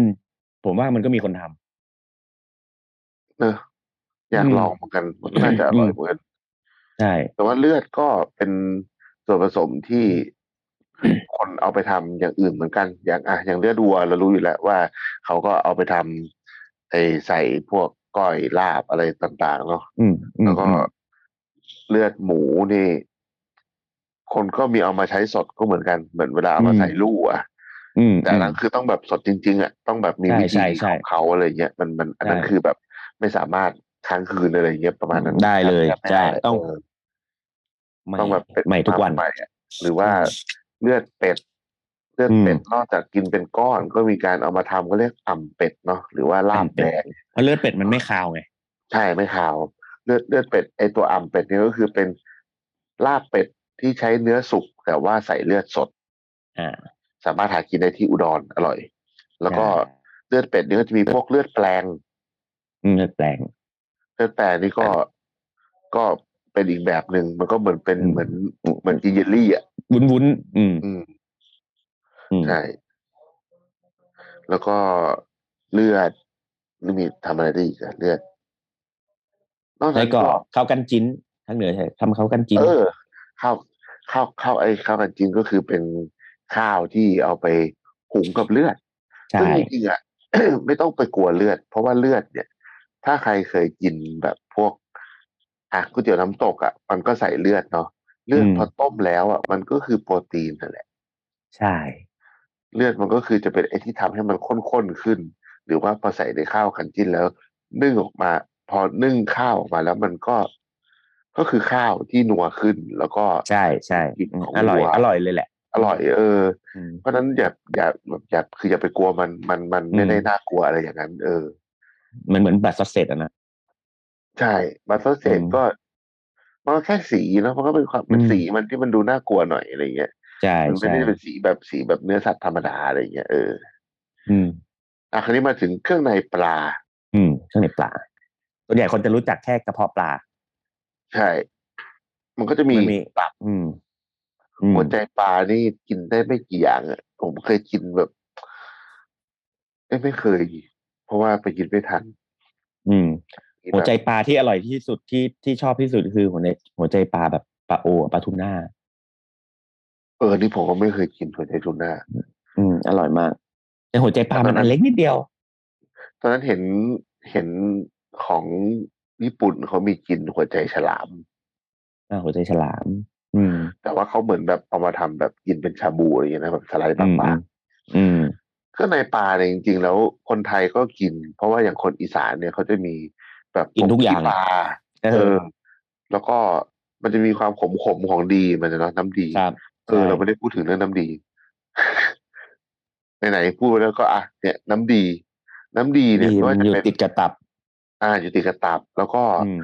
E: ผมว่ามันก็มีคนทำ
D: เนอะอยาก
E: อืม
D: ลองเหมือนกันมันน่าจะอร่อย
E: อืม
D: เหมือนกัน
E: ใช่
D: แต่ว่าเลือดก็เป็นส่วนผสมที่ คนเอาไปทำอย่างอื่นเหมือนกัน อย่างอ่ะอย่างเลือดวัวเรารู้อยู่แล้วว่า เขาก็เอาไปทำไอใส่พวกก้อยลาบอะไรต่างๆเนาะ
E: อืมอืม
D: แล้วก็
E: อืม
D: เลือดหมูนี่ คนก็มีเอามาใช้สดก็เหมือนกันเหมือนเวลาเอามาใส่ลู่อะ
E: อืม
D: แต่อันนั้นคือต้องแบบสดจริง ๆอ่ะต้องแบบมี
E: ใช่
D: วิ
E: ใช่
D: ธีข
E: ใช่
D: องเขาอะไรเงี้ยมันมันอันนั้น
E: ใช่
D: คือแบบไม่สามารถค้างคืนอะไรเงี้ยประมาณนั้น
E: ได้เลย
D: ทำไม่
E: ใช่
D: ได้
E: ต้อง
D: เออ
E: ใหม่
D: ต้องแบบเป็น
E: ใหม่ทุกวัน
D: ใหม่อะหรือว่าเลือดเป็ด เลือดเป็ดนอกจากกินเป็นก้อนก็มีการเอามาทำก็เรียกอ่ำเป็ดเนาะหรือว่าลาบ
E: อ่ำเป็
D: แด
E: ด
D: ง
E: เพราะเลือดเป็ดมันไม่คาวไง
D: ใช่ไม่ขาว เลือดเลือดเป็ดไอตัวอ่ำเป็ดนี่ก็คือเป็นลาบเป็ดที่ใช้เนื้อสุกแต่ว่าใส่เลือดสด
E: อ่า
D: สามารถหากินได้ที่อุดรอร่อย แล้วก็เลือดเป็ดนี่ก็จะมีพวกเลือดแปลง
E: อืมเลือดแปลง
D: เลือดแปลงนี่ก็ก็เป็นอีกแบบหนึ่งมันก็เหมือนเป็น
E: อืม
D: เหมือนเหมือนกินเยลลี่อ่ะ
E: วุ้นวุ้นๆอืม
D: อืม
E: อืม
D: ใช่แล้วก็เลือดนี่มีทำอะไรได้อีกอะเลือดนอก
E: ไส้
D: นั้น
E: กร
D: ก็
E: อกข้าวกันจิ้นทางเหนือใช่ทำข้าวกันจิ้น
D: เออข้าวข้าวข้าวไอ้ข้าวกันจีนก็คือเป็นข้าวที่เอาไปหุงกับเลือด
E: ใช่
D: ซึ่งจริงๆอ่ะ ไม่ต้องไปกลัวเลือด เพราะว่าเลือดเนี่ย ถ้าใครเคยกินแบบพวกอ่ะก๋วยเตี๋ยวน้ำตกอ่ะมันก็ใส่เลือดเนาะเลือดพอต้มแล้วอ่ะมันก็คือโปรตีนนั่นแหละ
E: ใช่
D: เลือดมันก็คือจะเป็นไอ้ที่ทำให้มันข้นๆขึ้น หรือว่าพอใส่ในข้าวกันจิ้นแล้ว นึ่งออกมา พอนึ่งข้าวออกมาแล้วมันก็ก็คือข้าวที่นัวขึ้น แล้วก็
E: ใช่ใช่
D: กลิ่นของ
E: อร่อย
D: วัว
E: อร่อยเลยแหละ
D: อร่อย เออ
E: อืม
D: เพราะฉะนั้นอย่าอย่าแบบอย่าคืออย่าไปกลัวมันมันมันไม่ได้
E: อืม
D: น่ากลัวอะไรอย่างนั้น เออ
E: มันเหมือนบัตรซอสเซตอ่ะนะ
D: ใช่บัตเตอร์เซน
E: อืม
D: ก็มันก็แค่สีเนอะมันก็เป็นความเป็น
E: อืม
D: สีมันที่มันดูน่ากลัวหน่อยอะไรเงี้ย
E: ใช่
D: มัไม่
E: ใช่
D: ได้เป็นสีแบบสีแบบเนื้อสัตว์ธรรมดาอะไรเงี้ยเออ
E: อืม
D: อ่ะคราวนี้มาถึงเครื่องในปลา
E: อืมเครื่องในปลาส่วนใหญ่คนจะรู้จักแค่กระเพาะปลา
D: ใช่ มันก็จะมี
E: มันมี
D: ตับ
E: อืมอืม
D: หัวใจปลานี่กินได้ไม่กี่อย่างอะผมเคยกินแบบเอ้ยไม่เคย เพราะว่าไปกินไม่ทัน
E: อืม
D: กิน
E: หัวใจ
D: แบบ
E: ปลาที่อร่อยที่สุดที่ที่ชอบที่สุดคือหัวใจหัวใจปลาแบบปลาโอปลาทูน่า
D: เออนี่ผมก็ไม่เคยกินหัวใจทูน่า
E: อืมอร่อยมาก แต่หัวใจปลามันอันเล็กนิดเดียว
D: ตอนนั้นเห็นเห็นของญี่ปุ่นเขามีกินหัวใจฉลาม
E: อ่าหัวใจฉลาม อืม
D: แต่ว่าเขาเหมือนแบบเอามาทำแบบกินเป็นชาบูอะไรอย่างเงี้ยนะแบบสไลด์บาง
E: อืม
D: ๆเครื่องในปลาเนี่ยจริงๆ แล้วคนไทยก็กิน เพราะว่าอย่างคนอีสานเนี่ยเขาจะมีแบบ
E: กินทุกอย่าง
D: ปลา
E: เออ
D: เออ แล้วก็มันจะมีความขมๆของดีมันจะเนาะน้ำดี
E: ครับ
D: เออเราไม่ได้พูดถึงเรื่องน้ำดี ไหนๆพูดไปแล้วก็อ่ะเนี่ย น้ำดี น้ำดีเนี่ย
E: ดี
D: ก็
E: มัน
D: จะ
E: อยู่
D: เป็น
E: ติดกระตับ
D: อ่าอยู่ติดกระตับ แล้วก็
E: อืม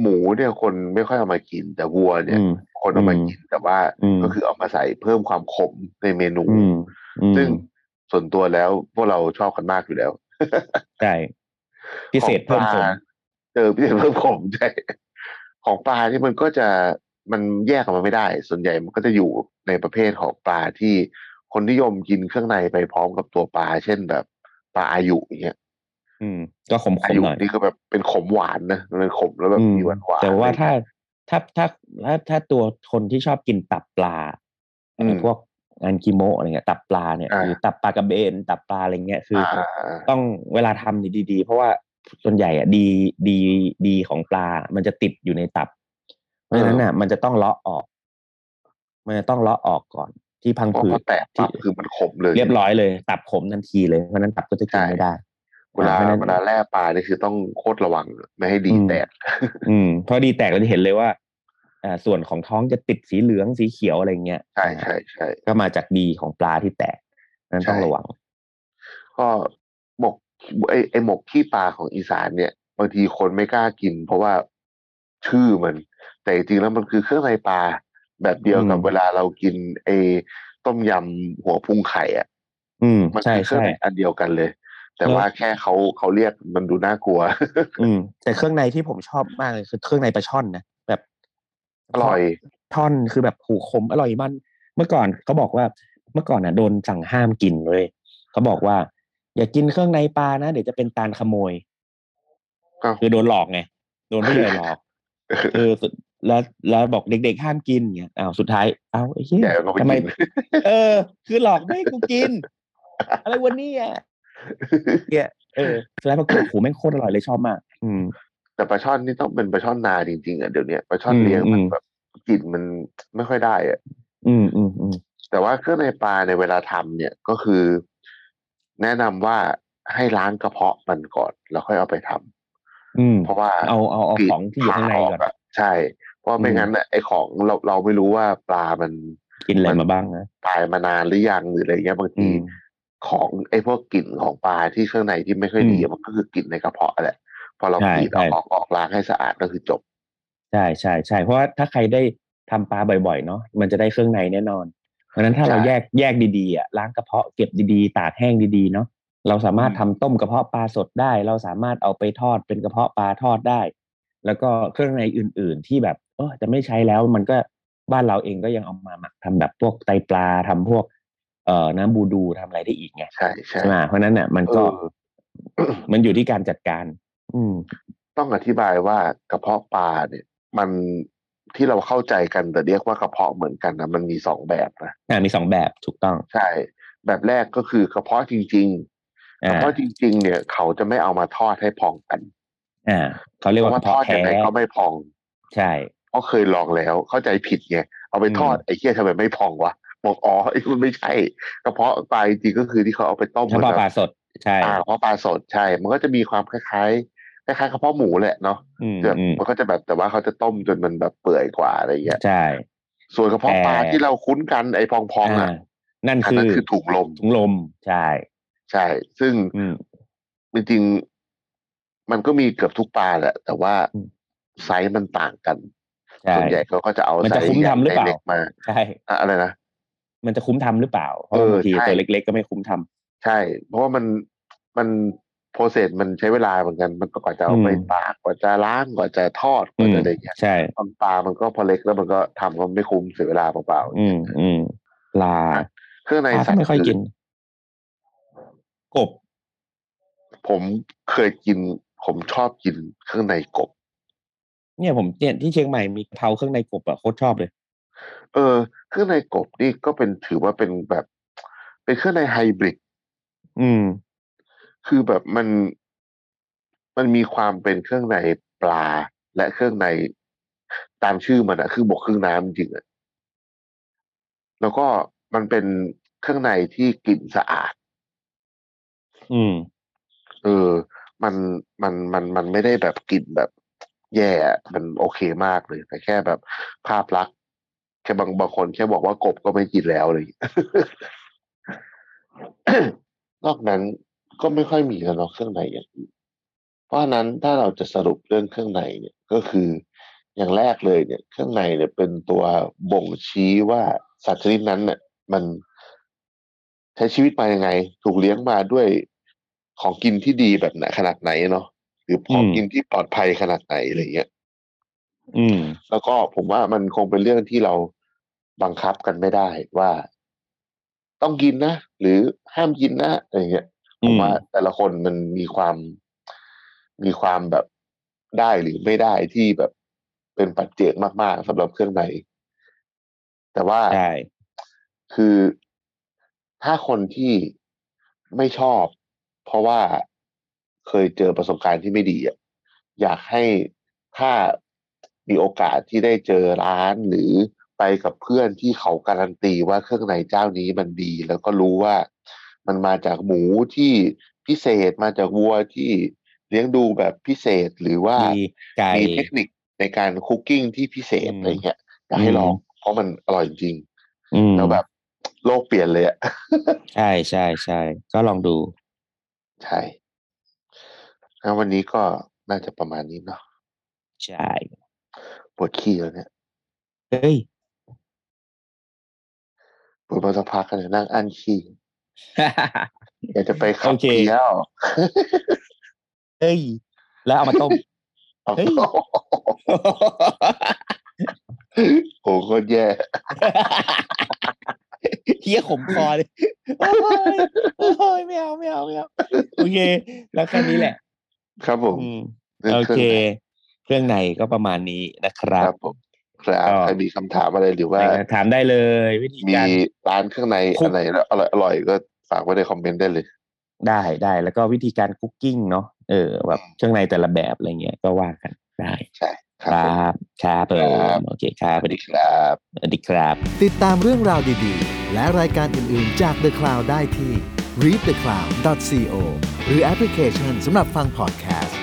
D: หมูเนี่ยคนไม่ค่อยเอามากิน แต่วัวเนี่ย
E: อืม
D: คนเอามากินแต่ว่า
E: อืม
D: ก็คือเอามาใส่เพิ่มความขมในเมนู
E: อืมอืม
D: ซึ่งส่วนตัวแล้วพวกเราชอบกันมากอยู่แล้ว
E: ใช่ พิเศษเพิ่ม
D: ข
E: ผ
D: องป
E: ม
D: ลาเจอพิเศษเพิ่มผม ใช่ของปลาที่มันก็จะมันแยกออกมาไม่ได้ ส่วนใหญ่มันก็จะอยู่ในประเภทของปลาที่คนนิยมกินเครื่องในไปพร้อมกับตัวปลา เช่นแบบปลาอายุอย่างเงี้ย
E: อืม ก็ขม
D: อา
E: ๆ
D: ยุ
E: หน่อย
D: นี่ก็แบบเป็นขมหวานนะมันขมแล้วแบบ
E: อืม
D: มีหวานหวาน
E: แต่ว่าถ้าถ้าถ้าถ้าถ้าตัวคนที่ชอบกินตับปลา
D: อืม
E: ไอ้พวกอันกิโมะอะไรเงี้ย ตับปลาเนี่ย
D: อ่า
E: หรือตับปลากระเบน ตับปลาอะไรเงี้ยคือ
D: อ่า
E: อต้องเวลาทำเนี่ยดีๆ เพราะว่าส่วนใหญ่อะดีดีดีของปลา มันจะติดอยู่ในตับ เพราะฉะนั้นอ่ะ มันจะต้องเลาะออก มันจะต้องเลาะออกก่อนที่พัง
D: เพราะ
E: ผื
D: พอ
E: ด
D: แตกปั๊บคือมันขมเลย
E: เรียบร้อยเลย ตับขมทันทีเลยเพราะฉะนั้นตับก็จะกิน
D: ใช่
E: ไม่ได้
D: เวลา
E: เพราะฉะนั้น
D: เวลาแล่ปลานี่คือต้องโคตรระวังไม่ให้ดีแตก
E: อืมพอดีแตกเราจะเห็นเลยว่าอ่า ส่วนของท้องจะติดสีเหลืองสีเขียวอะไรเงี้ย
D: ใช่
E: นะฮะ
D: ใช่ใช่
E: ก็มาจากดีของปลาที่แตกนั้น
D: ใช่
E: ต้องระวัง
D: ก็หมกไอไอหมกขี้ปลาของอีสานเนี่ย บางทีคนไม่กล้ากิน เพราะว่าชื่อมัน แต่จริงๆแล้วมันคือเครื่องในปลาแบบเดียวกับ
E: อืม
D: เวลาเรากินไอต้มยำหัวพุงไข่อะ
E: อืม
D: มัน
E: ใช่
D: คือเครื่อง
E: ใช่
D: ในอันเดียวกันเลย แต่
E: เนอะ
D: ว่าแค่เขาเขาเรียกมันดูน่ากลัว
E: อืมแต่เครื่องในที่ผมชอบมากเลยคือเครื่องในปลาช่อนนะแบบ
D: อร่อย
E: ท่อนคือแบบหูขมอร่อยมันเมื่อก่อนเขาบอกว่าเมื่อก่อนน่ะโดนสั่งห้ามกินเลยเขาบอกว่า อย่ากินเครื่องในปลานะเดี๋ยวจะเป็นตาลขโมย
D: อ้าว
E: คือโดนหลอกไงโดนผู้ใหญ่ หลอก เออสุดแล้วแล้วบอกเด็กๆห้ามกินเงี้ยอ้าวสุดท้ายเอ้าไอ้เหี้ย
D: แต่เราไป
E: ทำไม
D: กิน
E: เออ คือหลอกไม่ให้กูกิน อะไรวันนี้อ่ะเนี่ยเออสุดท้ายปรากฏโอ้โหแม่งโคตรอร่อยเลยชอบมาก อืม
D: แต่ปลาช่อนนี่ต้องเป็นปลาช่อนนาจริงๆอ่ะเดี๋ยวเนี้ยปลาช่อน
E: อืม
D: เลี้ยงมัน
E: อืม
D: แบบกลิ่นมันไม่ค่อยได้อ่ะ
E: อืมอืมอืม
D: แต่ว่าเครื่องในปลาในยเวลาทำเนี่ยก็คือ แนะนำว่าให้ล้างกระเพาะมันก่อนแล้วค่อยเอาไปทำ
E: อืม
D: เพราะว่า
E: เอาเอาเอาของที่อยู่ข้างในก่อน
D: ผ่ะใช่ เพราะไม่
E: อืม
D: งั้นน่ะไอของเราเราไม่รู้ว่าปลามัน
E: กินอะไรมาบ้างนะ
D: ตายมานานหรือยังหรืออะไรเงี้ยบาง
E: อื
D: ที
E: ม
D: ของไอพวกกลิ่นของปลาที่เครื่องในที่ไม่ค่อยดี
E: อืม
D: มันก็คือกลิ่นในกระเพาะแหละพอเรา
E: ใช่
D: กรีด
E: ใช่
D: เอาออกออกล้างให้สะอาดก็คือจบ
E: ใช่ใช่ใช่เพราะว่าถ้าใครได้ทำปลาบ่อยๆเนาะมันจะได้เครื่องในแน่นอน เพราะฉะนั้นถ้าเรา
D: ใช่
E: แยกแยกดีๆอ่ะล้างกระเพาะเก็บดีๆ ตากแห้งดีๆเนาะเราสามารถทำต้มกระเพาะปลาสดได้ เราสามารถเอาไปทอดเป็นกระเพาะปลาทอดได้ แล้วก็เครื่องในอื่นๆที่แบบเออจะไม่ใช้แล้วมันก็บ้านเราเองก็ยังเอามาหมักทำแบบพวกไตปลาทำพวก เอ่อน้ำบูดูทำอะไรได้อีกไง
D: ใช่ใช่
E: ใช่ไหมเพราะฉะนั้นอ่ะมันก็
D: เออ
E: มันอยู่ที่การจัดการ อืม
D: ต้องอธิบายว่ากระเพาะปลาเนี่ยมันที่เราเข้าใจกันแต่เรียกว่ากระเพาะเหมือนกันนะมันมีสองแบบนะ
E: อ่ามีสองแบบถูกต้อง
D: ใช่ แบบแรกก็คือกระเพาะจริง ๆ กระ
E: อ่า
D: เพาะจริง ๆ เนี่ย เขาจะไม่เอามาทอดให้พองกัน
E: อ่าเขาเรียก
D: เพ
E: ว่า
D: ราะ
E: ก
D: ว่าท
E: ระ
D: อด
E: เพาะ
D: ยัง
E: แท้
D: ไงก็ไม่พอง
E: ใช่
D: เพราะเคยลองแล้วเข้าใจผิดไงเอาไปทอด
E: อืม
D: ไอ้เหี้ยทำไมไม่พองวะบอกอ๋อมันไม่ใช่ กระเพาะปลาจริงๆก็คือที่เขาเอาไปต้ม
E: ถ้าปลาปลาสด ใช่
D: อ่ากระเพาะปลาสดใช่ มันก็จะมีความคล้ายๆคล้ายๆกระเพาะหมูแหละเนาะ
E: อืม
D: แบบ
E: อืม
D: มันก็จะแบบแต่ว่าเขาจะต้มจนมันแบบเปื่อยกว่าอะไรอย่างเงี้ย
E: ใช่
D: ส่วนกระเพาะ
E: แต่
D: ปลาที่เราคุ้นกันไอ้พองๆ
E: อ่า
D: อ่ะ
E: นั่น
D: อัน
E: คื
D: นั้น
E: อ
D: คือถุงลม
E: ถุงลม ใช่
D: ใช่ ซึ่ง
E: อืม
D: จริงๆมันก็มีเกือบทุกปลาแหละ แต่ว่า
E: อืม
D: ไซส์มันต่างกัน
E: ใช่
D: ส่วนใหญ่เขาก็จะเอา
E: มัน
D: ไซ
E: จะ
D: ส์
E: คุ้ม
D: ใหญ่
E: ทำหรือ
D: ไซ
E: เปล่า
D: ส์เล็กมา
E: ใช่
D: อะอะไรนะ
E: มันจะคุ้มทำหรือเปล่า เพราะ
D: เออบ
E: างที
D: ใช่
E: ตัวเล็กๆก็ไม่คุ้มทำ
D: ใช่ เพราะว่ามันมันโปรเซสมันใช้เวลาเหมือนกัน มันกว่าจะเอา
E: อืม
D: ไปตากกว่าจะล้างกว่าจะทอดก
E: อื
D: ว่าม จะอะไรอย่างเงี้ย
E: ใช่
D: บางปลามันก็พอเล็กแล้วมันก็ทำก็ไม่คุ้มเสียเวลาเปล่า
E: อืมอืมปลา
D: ๆเครื่องใน
E: ปลา
D: สั
E: ก็
D: ตว์
E: ไม่ค่อยกิน กบ
D: ผมเคยกิน ผมชอบกินเครื่องในกบ
E: เนี่ยผมเนี่ยที่เชียงใหม่มีกะเพราเครื่องในกบอะโคตรชอบเลย
D: เออเครื่องในกบนี่ก็เป็นถือว่าเป็นแบบ เป็นเครื่องในไฮบริด
E: อืม
D: คือแบบมัน มันมีความเป็นเครื่องในปลา และเครื่องในตามชื่อมันอะคือบกเครื่องน้ำจริงอะแล้วก็มันเป็นเครื่องในที่กลิ่นสะอาด
E: อืม
D: เออ มันมันมันมันไม่ได้แบบกลิ่นแบบแย่อะมันโอเคมากเลย แต่แค่แบบภาพลักษณ์แค่บางบางคนแค่บอกว่ากบก็ไม่กินแล้วเลย นอกนั้นก็ไม่ค่อยมีแล้วเนาะเครื่องในอย่างอื่นเพราะฉะนั้นถ้าเราจะสรุปเรื่องเครื่องในเนี่ยก็คืออย่างแรกเลยเนี่ย เครื่องในเนี่ยเป็นตัวบ่งชี้ว่าสัตว์ชนิดนั้นเนี่ยมัน ใช้ชีวิตมายังไง ถูกเลี้ยงมาด้วยของกินที่ดีแบบไหนขนาดไหนเนาะ รือของ
E: อืม
D: กินที่ปลอดภัยขนาดไหนอะไรเงี้ย
E: อืม
D: แล้วก็ผมว่ามันคงเป็นเรื่องที่เราบังคับกันไม่ได้ว่า ต้องกินนะ หรือห้ามกินนะอะไรเงี้ยผมว่าแต่ละคนมันมีความมีความแบบได้หรือไม่ได้ที่แบบเป็นปัจเจกมากๆสำหรับเครื่องในแต่ว่า
E: ใช่
D: คือถ้าคนที่ไม่ชอบ เพราะว่าเคยเจอประสบการณ์ที่ไม่ดีอะอยากให้ถ้ามีโอกาสที่ได้เจอร้านหรือไปกับเพื่อนที่เขาการันตีว่าเครื่องในเจ้านี้มันดี แล้วก็รู้ว่ามันมาจากหมูที่พิเศษมาจากวัวที่เลี้ยงดูแบบพิเศษหรือว่า
E: มีไก่
D: มีเทคนิคในการคุกกิ้งที่พิเศษ
E: อืม
D: อะไรเงี้ยอยากให้ลองเพราะมันอร่อยจริง
E: อืม
D: แล้วแบบโลกเปลี่ยนเลยอะ
E: ใช่ใช่ใช่ก็ลองดู
D: ใช่แล้ววันนี้ก็น่าจะประมาณนี้เนาะ
E: ใช่
D: ปวดขี้แล้วเนี่ย
E: เฮ้ย
D: ปวดมาสักพักกันเลยนั่งอั้นขี้อยากจะไปขับ
E: โอเค
D: เที่ยว
E: เฮ้ย แล้วเอามาต้ม
D: เอา
E: เฮ้ย
D: โอ้โหโคตรแย่
E: เฮียขมคอเลยโอ้ยโอ้ยไม่เอาไม่เอาไม่เอาโอเค แล้วแค่นี้แหละ
D: ครับผม
E: อืม
D: รื่อง
E: โอ
D: รื่ง
E: เค
D: ใน
E: เครื่องในก็ประมาณนี้นะครั
D: ครับ บผมครับ
E: ก็
D: ใครมีคำถามอะไรหรือว่า
E: ถามได้เลย วิธี
D: มี
E: การ
D: ร้านเครื่องใน
E: คุก
D: อะไรอร่อยอร่อยก็ฝากไว้ในคอมเมนต์ได้เลย
E: ได้ได้แล้วก็วิธีการคุกกิ้งเนาะเออแบบเครื่องในแต่ละแบบอะไรเงี้ยก็ว่ากันได้
D: ใช่ค
E: ครั
D: ผม
E: บรับครับเออ
D: ครับ
E: โอเคครับ
D: ส
E: ส
D: วั
E: วั
D: ส
E: ส
D: ดี
E: ดี
D: ครับ
E: สวัสดีครับ
A: ติดตามเรื่องราวดีๆ และรายการอื่นๆจาก The Cloud ได้ที่ readthecloud.co หรือแอปพลิเคชันสำหรับฟัง podcast